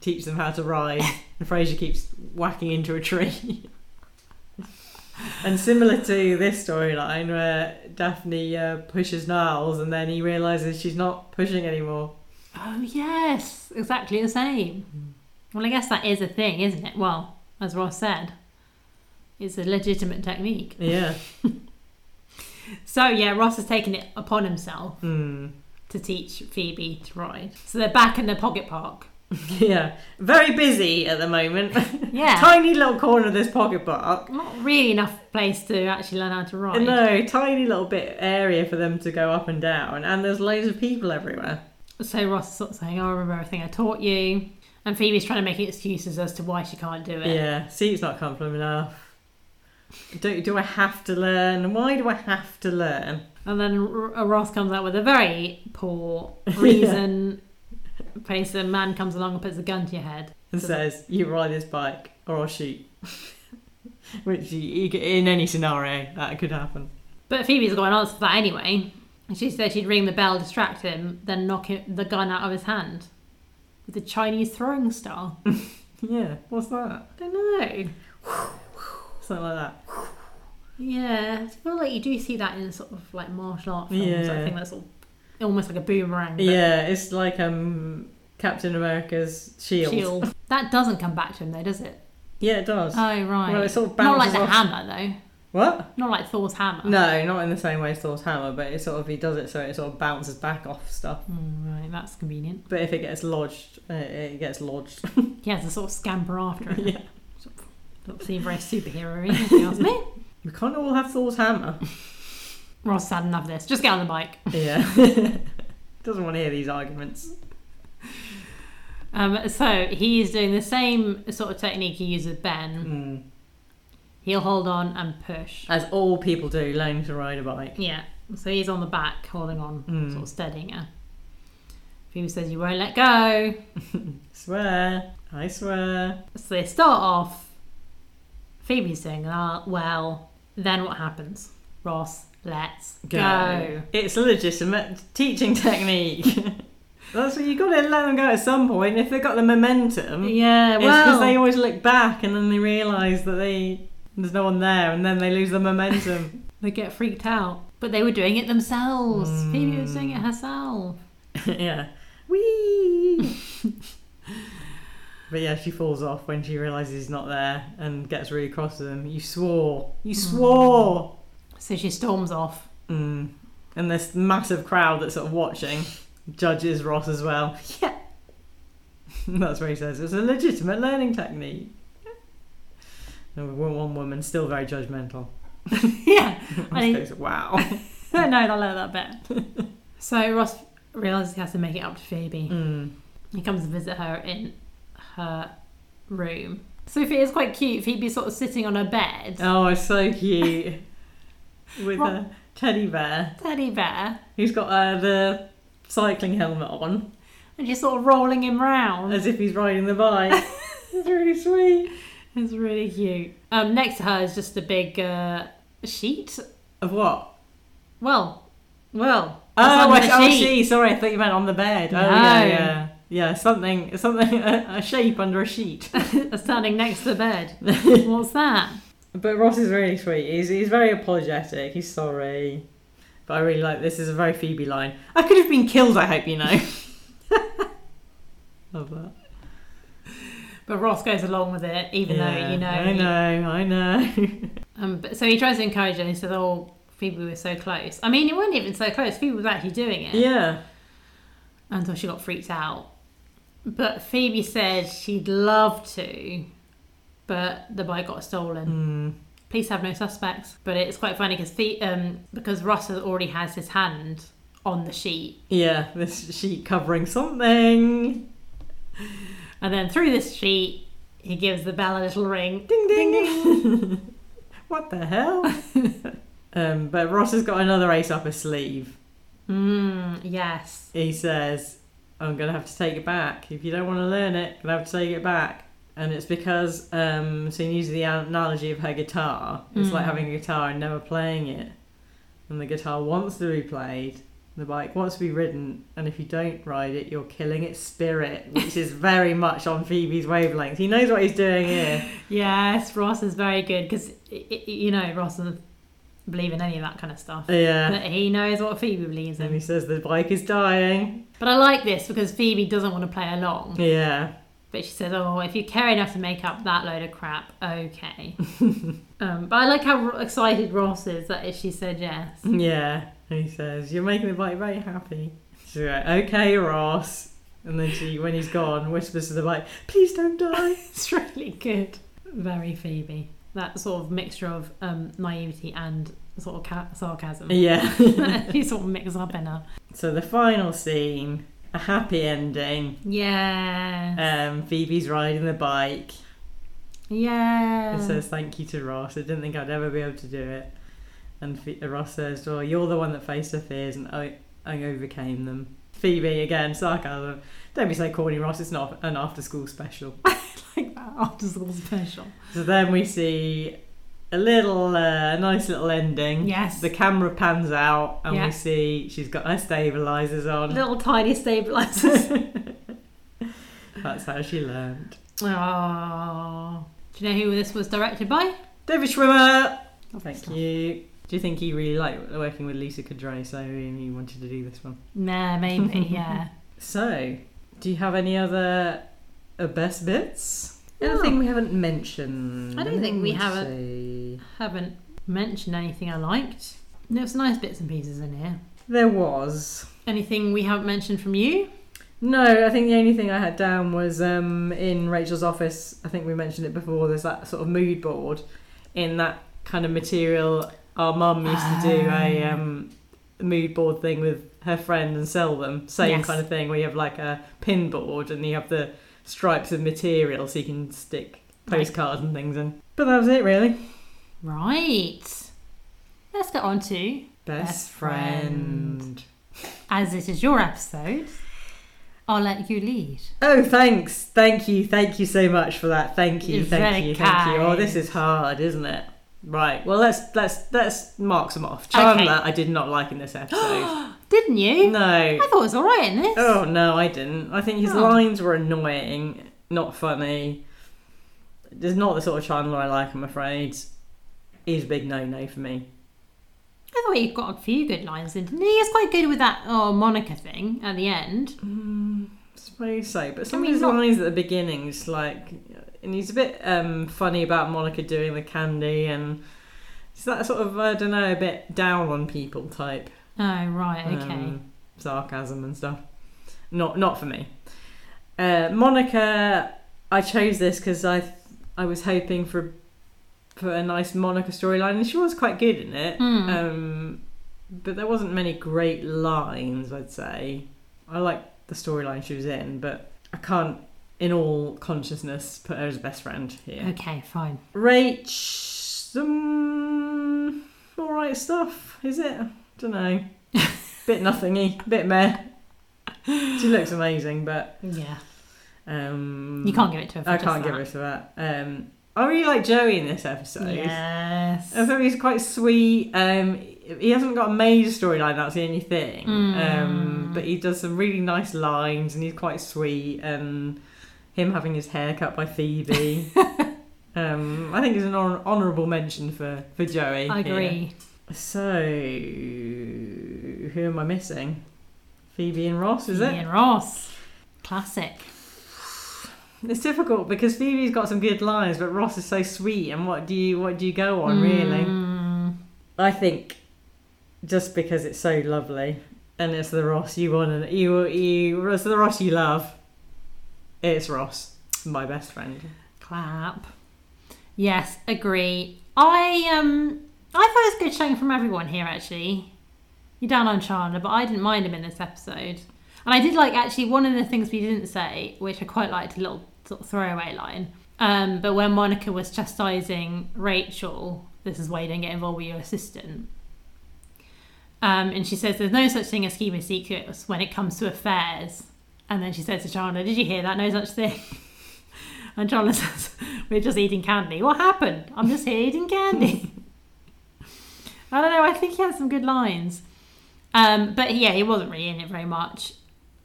Speaker 2: teach them how to ride, and Frasier keeps whacking into a tree. and similar to this storyline, where Daphne uh, pushes Niles, and then he realizes she's not pushing anymore.
Speaker 1: Oh yes, exactly the same. Well, I guess that is a thing, isn't it? Well, as Ross said, it's a legitimate technique.
Speaker 2: Yeah.
Speaker 1: So yeah, Ross has taken it upon himself
Speaker 2: Hmm.
Speaker 1: to teach Phoebe to ride. So they're back in the pocket park.
Speaker 2: Yeah, very busy at the moment.
Speaker 1: Yeah,
Speaker 2: tiny little corner of this pocket park.
Speaker 1: not really enough place to actually learn how to ride.
Speaker 2: No, tiny little bit area for them to go up and down, and there's loads of people everywhere.
Speaker 1: So Ross is sort of saying, "Oh, I remember everything I taught you," and Phoebe's trying to make excuses as to why she can't do it.
Speaker 2: Yeah, seat's not comfortable enough. Do, do I have to learn? Why do I have to learn?
Speaker 1: And then R- uh, Ross comes out with a very poor reason. Place a man comes along and puts a gun to your head.
Speaker 2: And says, you ride this bike or I'll shoot. Which, you, you, could- in any scenario, that could happen.
Speaker 1: But Phoebe's got an answer for that anyway. And She said she'd ring the bell, distract him, then knock it, the gun out of his hand with a Chinese throwing star.
Speaker 2: Yeah, what's that?
Speaker 1: I don't know.
Speaker 2: Something like that.
Speaker 1: Yeah, I feel like you do see that in sort of like martial art films.
Speaker 2: Yeah.
Speaker 1: I think that's all, almost like a boomerang. but
Speaker 2: Yeah, it's like um, Captain America's shield.
Speaker 1: shield. That doesn't come back to him though, does it?
Speaker 2: Yeah, it does.
Speaker 1: Oh right.
Speaker 2: Well, it sort of
Speaker 1: Not like
Speaker 2: bounces
Speaker 1: the
Speaker 2: off.
Speaker 1: hammer Oh.
Speaker 2: What?
Speaker 1: though. Not like Thor's hammer.
Speaker 2: No, not in the same way as Thor's hammer, but it sort of he does it so it sort of bounces back off stuff.
Speaker 1: Mm, right, that's convenient.
Speaker 2: But if it gets lodged, uh, it gets lodged.
Speaker 1: He has to sort of scamper after it.
Speaker 2: yeah.
Speaker 1: Doesn't seem very superhero-y, if you ask me.
Speaker 2: We can't all have Thor's hammer.
Speaker 1: Ross had enough of this. Just get on the bike.
Speaker 2: yeah. Doesn't want to hear these arguments.
Speaker 1: Um, so he's doing the same sort of technique he used with Ben.
Speaker 2: Mm. Uh.
Speaker 1: He'll hold on and push.
Speaker 2: As all people do, learning to ride a bike.
Speaker 1: Yeah. So he's on the back, holding on,
Speaker 2: Mm.
Speaker 1: sort of steadying her. Phoebe says, "You won't let go."
Speaker 2: Swear, I swear.
Speaker 1: So they start off. Phoebe's doing uh, well. Then what happens? Ross lets go.
Speaker 2: It's a legitimate teaching technique. That's what you got to let them go at some point. If they got the momentum,
Speaker 1: Yeah.
Speaker 2: It's because
Speaker 1: Well,
Speaker 2: they always look back and then they realise that they there's no one there and then they lose the momentum.
Speaker 1: They get freaked out. But they were doing it themselves. Phoebe was
Speaker 2: Hmm.
Speaker 1: doing it herself.
Speaker 2: yeah. Whee! but yeah, she falls off when she realises he's not there and gets really cross with him. You swore. You swore!
Speaker 1: So she storms off.
Speaker 2: Mm. And this massive crowd that's sort of watching judges Ross as well. Yeah. that's what he says. It's a legitimate learning technique. And one one woman still very judgmental.
Speaker 1: yeah. I
Speaker 2: Just
Speaker 1: think-
Speaker 2: goes, wow.
Speaker 1: no, they'll let that bit. so Ross realises he has to make it up to Phoebe.
Speaker 2: Mm.
Speaker 1: He comes to visit her in her room. So Phoebe is quite cute. Phoebe's sort of sitting on her bed.
Speaker 2: Oh, it's so cute. With
Speaker 1: What?
Speaker 2: a teddy bear.
Speaker 1: Teddy bear.
Speaker 2: He's got uh, the cycling helmet on,
Speaker 1: And she's sort of rolling him round.
Speaker 2: as if he's riding the bike. it's really sweet.
Speaker 1: It's really cute. Um, next to her is just a big uh, sheet.
Speaker 2: Of what?
Speaker 1: Well, well.
Speaker 2: Oh,
Speaker 1: what's
Speaker 2: I-
Speaker 1: under
Speaker 2: oh,
Speaker 1: the sheet?
Speaker 2: she. Sorry, I thought you meant on the bed. Oh, yeah,
Speaker 1: No.
Speaker 2: yeah. Yeah, something, something, a, a shape under a sheet.
Speaker 1: standing next to the bed. What's that?
Speaker 2: But Ross is really sweet. He's, he's very apologetic. He's sorry. But I really like this. is a very Phoebe line. I could have been killed, I hope you know. Love that.
Speaker 1: But Ross goes along with it, even
Speaker 2: Yeah,
Speaker 1: though you know.
Speaker 2: I know, I know.
Speaker 1: Um, but, so he tries to encourage her. and He says, "Oh, Phoebe was so close. I mean, it wasn't even so close. Phoebe was actually doing it
Speaker 2: yeah.
Speaker 1: until she got freaked out." But Phoebe said she'd love to, but the bike got stolen.
Speaker 2: Mm.
Speaker 1: Police have no suspects, but it's quite funny because the um because Ross has already has his hand on the sheet,
Speaker 2: Yeah, this sheet covering something.
Speaker 1: and then through this sheet he gives the bell a little ring.
Speaker 2: Ding ding. what the hell? um, but Ross has got another ace up his sleeve.
Speaker 1: Mm, yes,
Speaker 2: He says, "I'm gonna have to take it back. If you don't want to learn it, gonna have to take it back." And it's because um, so he uses the analogy of her guitar. It's like
Speaker 1: Mm.
Speaker 2: having a guitar and never playing it. And the guitar wants to be played. The bike wants to be ridden, and if you don't ride it, you're killing its spirit, which is very much on Phoebe's wavelength. He knows what he's doing here.
Speaker 1: yes, Ross is very good because you know Ross doesn't believe in any of that kind of stuff.
Speaker 2: Yeah.
Speaker 1: But he knows what Phoebe believes
Speaker 2: And he
Speaker 1: in.
Speaker 2: says the bike is dying.
Speaker 1: But I like this because Phoebe doesn't want to play along.
Speaker 2: Yeah.
Speaker 1: But she says, "Oh, if you care enough to make up that load of crap, okay." um, but I like how ro- excited Ross is that if she said yes.
Speaker 2: Yeah. And he says, You're making the bike very happy. She's like, Okay, Ross. And then she, when he's gone, whispers to the bike, Please don't die.
Speaker 1: It's really good. Very Phoebe. That sort of mixture of um, naivety and sort of ca- sarcasm.
Speaker 2: yeah.
Speaker 1: you sort of mix up in her.
Speaker 2: so the final scene, a happy ending.
Speaker 1: Yeah.
Speaker 2: Um, Phoebe's riding the bike
Speaker 1: yeah.
Speaker 2: and says, Thank you to Ross. I didn't think I'd ever be able to do it. And Phe- uh, Ross says, Well, you're the one that faced her fears and I, I overcame them. Phoebe, again, sarcasm. Don't be so corny, Ross. It's not an after school special.
Speaker 1: like that after school special.
Speaker 2: So then we see a little, uh, a nice little ending.
Speaker 1: Yes.
Speaker 2: The camera pans out and
Speaker 1: Yeah.
Speaker 2: we see she's got her stabilizers on.
Speaker 1: Little tiny stabilizers.
Speaker 2: That's how she learned.
Speaker 1: Oh. Do you know who this was directed by?
Speaker 2: David Schwimmer.
Speaker 1: Oh,
Speaker 2: Thank you. Do you think he really liked working with Lisa Kudrow, so he wanted to do this one?
Speaker 1: Nah, maybe, yeah.
Speaker 2: So, do you have any other uh, best bits?
Speaker 1: No.
Speaker 2: Anything we haven't mentioned?
Speaker 1: Oh. I don't think we
Speaker 2: Let's
Speaker 1: haven't.
Speaker 2: see.
Speaker 1: Haven't mentioned anything I liked. There's nice bits and pieces in here.
Speaker 2: There was.
Speaker 1: Anything we haven't mentioned from you?
Speaker 2: No, I think the only thing I had down was um, in Rachel's office. I think we mentioned it before. There's that sort of mood board in that kind of material. Our mum used to do a
Speaker 1: Ah.
Speaker 2: um, mood board thing with her friend and sell them. Same
Speaker 1: Yes.
Speaker 2: kind of thing where you have like a pin board and you have the stripes of material so you can stick
Speaker 1: Right.
Speaker 2: postcards and things in. But that was it, really.
Speaker 1: Right. Let's get on to,
Speaker 2: Best,
Speaker 1: Best
Speaker 2: friend.
Speaker 1: friend. as it is your episode, I'll let you lead.
Speaker 2: Oh, thanks. Thank you. Thank you so much for that. Thank you.
Speaker 1: You're
Speaker 2: thank
Speaker 1: very
Speaker 2: you. Thank you. Oh,
Speaker 1: kind.
Speaker 2: this is hard, isn't it? Right. Well, let's let's let's mark some off. Chandler, I did not like in this episode.
Speaker 1: Didn't you?
Speaker 2: no.
Speaker 1: I thought it was alright in this.
Speaker 2: Oh no, I didn't. I think his
Speaker 1: Oh.
Speaker 2: lines were annoying, not funny. There's not the sort of Chandler I like. I'm afraid. He's a big no-no for me.
Speaker 1: I thought he got a few good lines in, didn't he? He's quite good with that oh, Monica thing at the end.
Speaker 2: Mm, I suppose so. But some
Speaker 1: mean,
Speaker 2: of his
Speaker 1: not-
Speaker 2: lines at the beginning is like, and he's a bit um, funny about Monica doing the candy and. It's that sort of I don't know, a bit down on people type
Speaker 1: Oh, right, okay.
Speaker 2: um, sarcasm and stuff. Not not for me. Uh, Monica, I chose this because I I was hoping for for a nice Monica storyline, and she was quite good in it.
Speaker 1: Hmm.
Speaker 2: Um, but there wasn't many great lines, I'd say. I like the storyline she was in, but I can't, in all consciousness, put her as best friend here.
Speaker 1: Okay, fine.
Speaker 2: Rach, some all right stuff, is it? Don't know. bit nothingy, bit meh. She looks amazing, but
Speaker 1: Yeah.
Speaker 2: um,
Speaker 1: You can't give it to her. For
Speaker 2: I
Speaker 1: just
Speaker 2: can't give
Speaker 1: that.
Speaker 2: her to that. Um, I really like Joey in this episode.
Speaker 1: Yes.
Speaker 2: I thought he's quite sweet. Um, he hasn't got a major storyline. That's the only thing. Um,
Speaker 1: Mm.
Speaker 2: but he does some really nice lines, and he's quite sweet. And him having his hair cut by Phoebe Um, I think it's an hon- honourable mention for, for Joey.
Speaker 1: I
Speaker 2: here.
Speaker 1: agree.
Speaker 2: So, who am I missing? Phoebe and Ross, is it?
Speaker 1: Ian Ross. Classic.
Speaker 2: It's difficult because Phoebe's got some good lines, but Ross is so sweet. And what do you what do you go on really?
Speaker 1: Mm.
Speaker 2: I think just because it's so lovely and it's the Ross you want and you you it's the Ross you love. It's Ross, my best friend.
Speaker 1: Clap. Yes, agree. I um I thought it was good showing from everyone here actually. You're down on Chandler, but I didn't mind him in this episode. And I did like actually one of the things we didn't say, which I quite liked a little sort of throwaway line. Um, but when Monica was chastising Rachel, this is why you don't get involved with your assistant. Um, and she says there's no such thing as keeping secrets when it comes to affairs. And then she says to Chandler, Did you hear that? No such thing. And Chandler says, We're just eating candy. What happened? I'm just here eating candy. I don't know. I think he had some good lines. Um, but yeah, he wasn't really in it very much.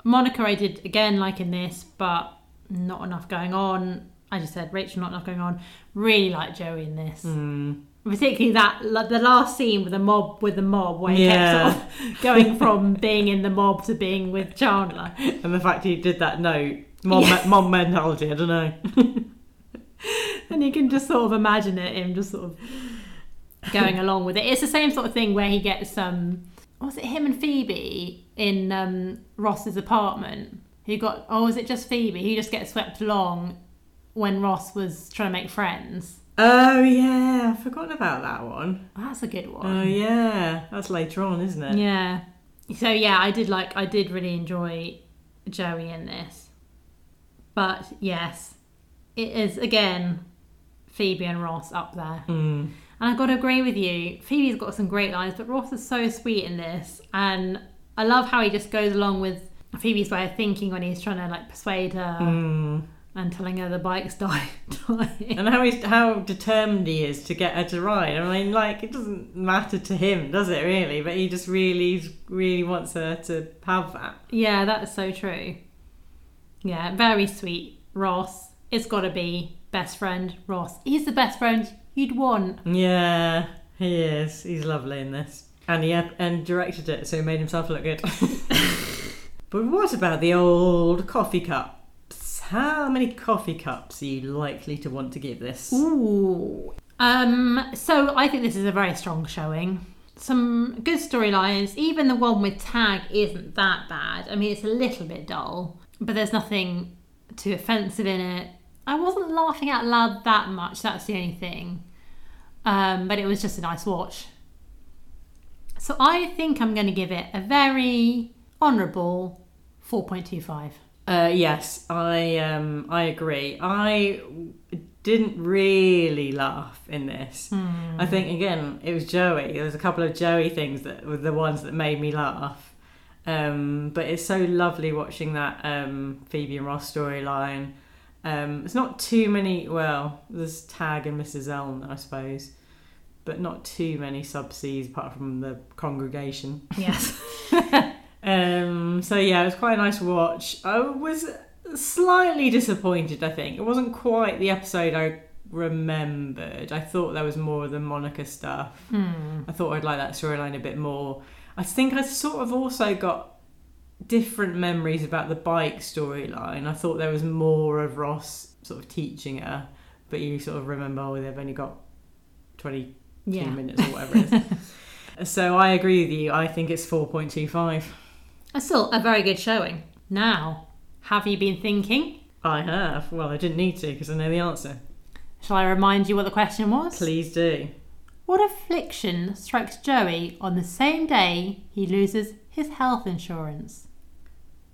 Speaker 1: Monica, I did again like in this, but not enough going on. I just said Rachel, not enough going on. Really like Joey in this,
Speaker 2: Mm.
Speaker 1: particularly that like, the last scene with the mob with the mob where he
Speaker 2: Yeah.
Speaker 1: kept sort of going from being in the mob to being with Chandler.
Speaker 2: And the fact he did that note, mom,
Speaker 1: Yes.
Speaker 2: mom mentality. I don't know.
Speaker 1: and you can just sort of imagine it him just sort of going along with it. It's the same sort of thing where he gets um was it him and Phoebe in um Ross's apartment who got oh was it just Phoebe who just gets swept along when Ross was trying to make friends.
Speaker 2: Oh yeah, I've forgotten about that one.
Speaker 1: That's a good one.
Speaker 2: Oh yeah, that's later on, isn't it?
Speaker 1: Yeah. So yeah, I did like I did really enjoy Joey in this. But yes, it is again Phoebe and Ross up there.
Speaker 2: Mm.
Speaker 1: And I've got to agree with you. Phoebe's got some great lines, but Ross is so sweet in this. And I love how he just goes along with Phoebe's way of thinking when he's trying to like persuade her
Speaker 2: Mm.
Speaker 1: and telling her the bike's die- dying.
Speaker 2: And how he's how determined he is to get her to ride. I mean, like it doesn't matter to him, does it really? But he just really, really wants her to have that.
Speaker 1: Yeah, that's so true. Yeah, very sweet. Ross. It's got to be best friend Ross. He's the best friend you'd want.
Speaker 2: Yeah, he is. He's lovely in this, and he ep- and directed it, so he made himself look good. but what about the old coffee cups? How many coffee cups are you likely to want to give this?
Speaker 1: Ooh. Um, so I think this is a very strong showing. Some good storylines. Even the one with Tag isn't that bad. I mean, it's a little bit dull, but there's nothing too offensive in it. I wasn't laughing out loud that much. That's the only thing. Um, but it was just a nice watch. So I think I'm going to give it a very honourable 4.25.
Speaker 2: Uh, yes, I um, I agree. I didn't really laugh in this. I think again it was Joey. There was a couple of Joey things that were the ones that made me laugh. Um, but it's so lovely watching that um, Phoebe and Ross storyline. Um, it's not too many. Well, there's Tag and Mrs. Elm, I suppose, but not too many subseas apart from the congregation.
Speaker 1: Yes.
Speaker 2: Um, so yeah, it was quite a nice watch. I was slightly disappointed. I think it wasn't quite the episode I remembered. I thought there was more of the Monica stuff.
Speaker 1: Hmm.
Speaker 2: I thought I'd like that storyline a bit more. I think I sort of also got different memories about the bike storyline. I thought there was more of Ross sort of teaching her, but you sort of remember, oh, they've only got twenty two
Speaker 1: Yeah.
Speaker 2: minutes or whatever it is. so I agree with you. I think it's four point two five.
Speaker 1: That's still a very good showing. Now, have you been thinking?
Speaker 2: I have. Well, I didn't need to because I know the answer.
Speaker 1: Shall I remind you what the question was?
Speaker 2: Please do.
Speaker 1: What affliction strikes Joey on the same day he loses his health insurance?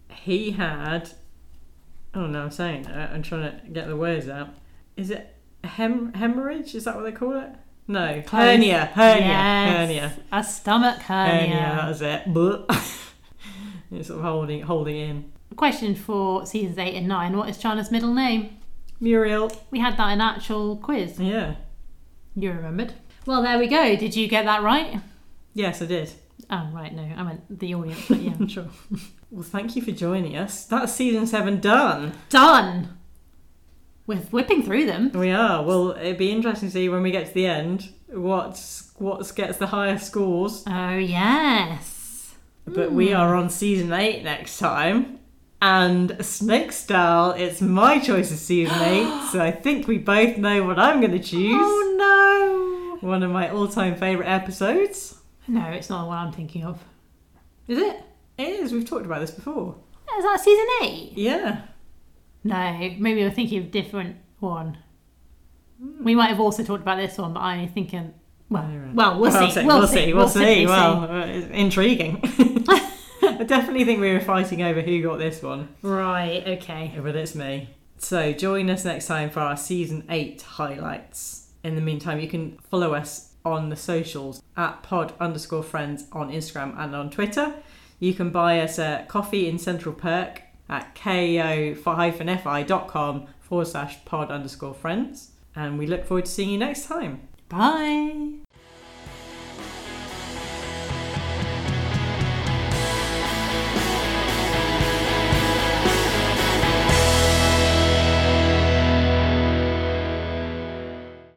Speaker 2: He had. Oh no, I'm saying it. I'm trying to get the words out. Is it hem- hemorrhage? Is that what they call it? No,
Speaker 1: Close.
Speaker 2: hernia, hernia,
Speaker 1: Yes,
Speaker 2: hernia,
Speaker 1: A stomach hernia.
Speaker 2: hernia. That was it. Blech. it's sort of holding, holding in.
Speaker 1: Question for seasons eight and nine What is Chana's middle name?
Speaker 2: Muriel.
Speaker 1: We had that in actual quiz.
Speaker 2: Yeah.
Speaker 1: You remembered. Well, there we go. Did you get that right?
Speaker 2: Yes, I did.
Speaker 1: Oh, right, no. I meant the audience, but yeah, sure.
Speaker 2: Well, thank you for joining us. That's season seven done.
Speaker 1: Done! We're whipping through them.
Speaker 2: We are. Well, it'd be interesting to see when we get to the end what's what gets the highest scores.
Speaker 1: Oh, yes.
Speaker 2: But we are on season eight next time. And Snake Style, it's my choice of season eight, so I think we both know what I'm going to choose.
Speaker 1: Oh,
Speaker 2: One of my all-time favourite episodes.
Speaker 1: no. No, it's not the one I'm thinking of. Is it?
Speaker 2: It is. We've talked about this before.
Speaker 1: Is that season eight?
Speaker 2: Yeah.
Speaker 1: No, maybe you're thinking of a different one. We might have also talked about this one, but I'm thinking. Well,
Speaker 2: Alright.
Speaker 1: well, we'll, see. We'll, see.
Speaker 2: We'll see.
Speaker 1: simply
Speaker 2: Well, uh, it's intriguing. I definitely think we were fighting over who got this one.
Speaker 1: see. right. Okay.
Speaker 2: But it's me. So join us next time for our season eight highlights. In the meantime, you can follow us on the socials at pod underscore friends on Instagram and on Twitter. You can buy us a coffee in Central Perk at ko-fi.com forward slash pod underscore friends. And we look forward to seeing you next time.
Speaker 1: Bye.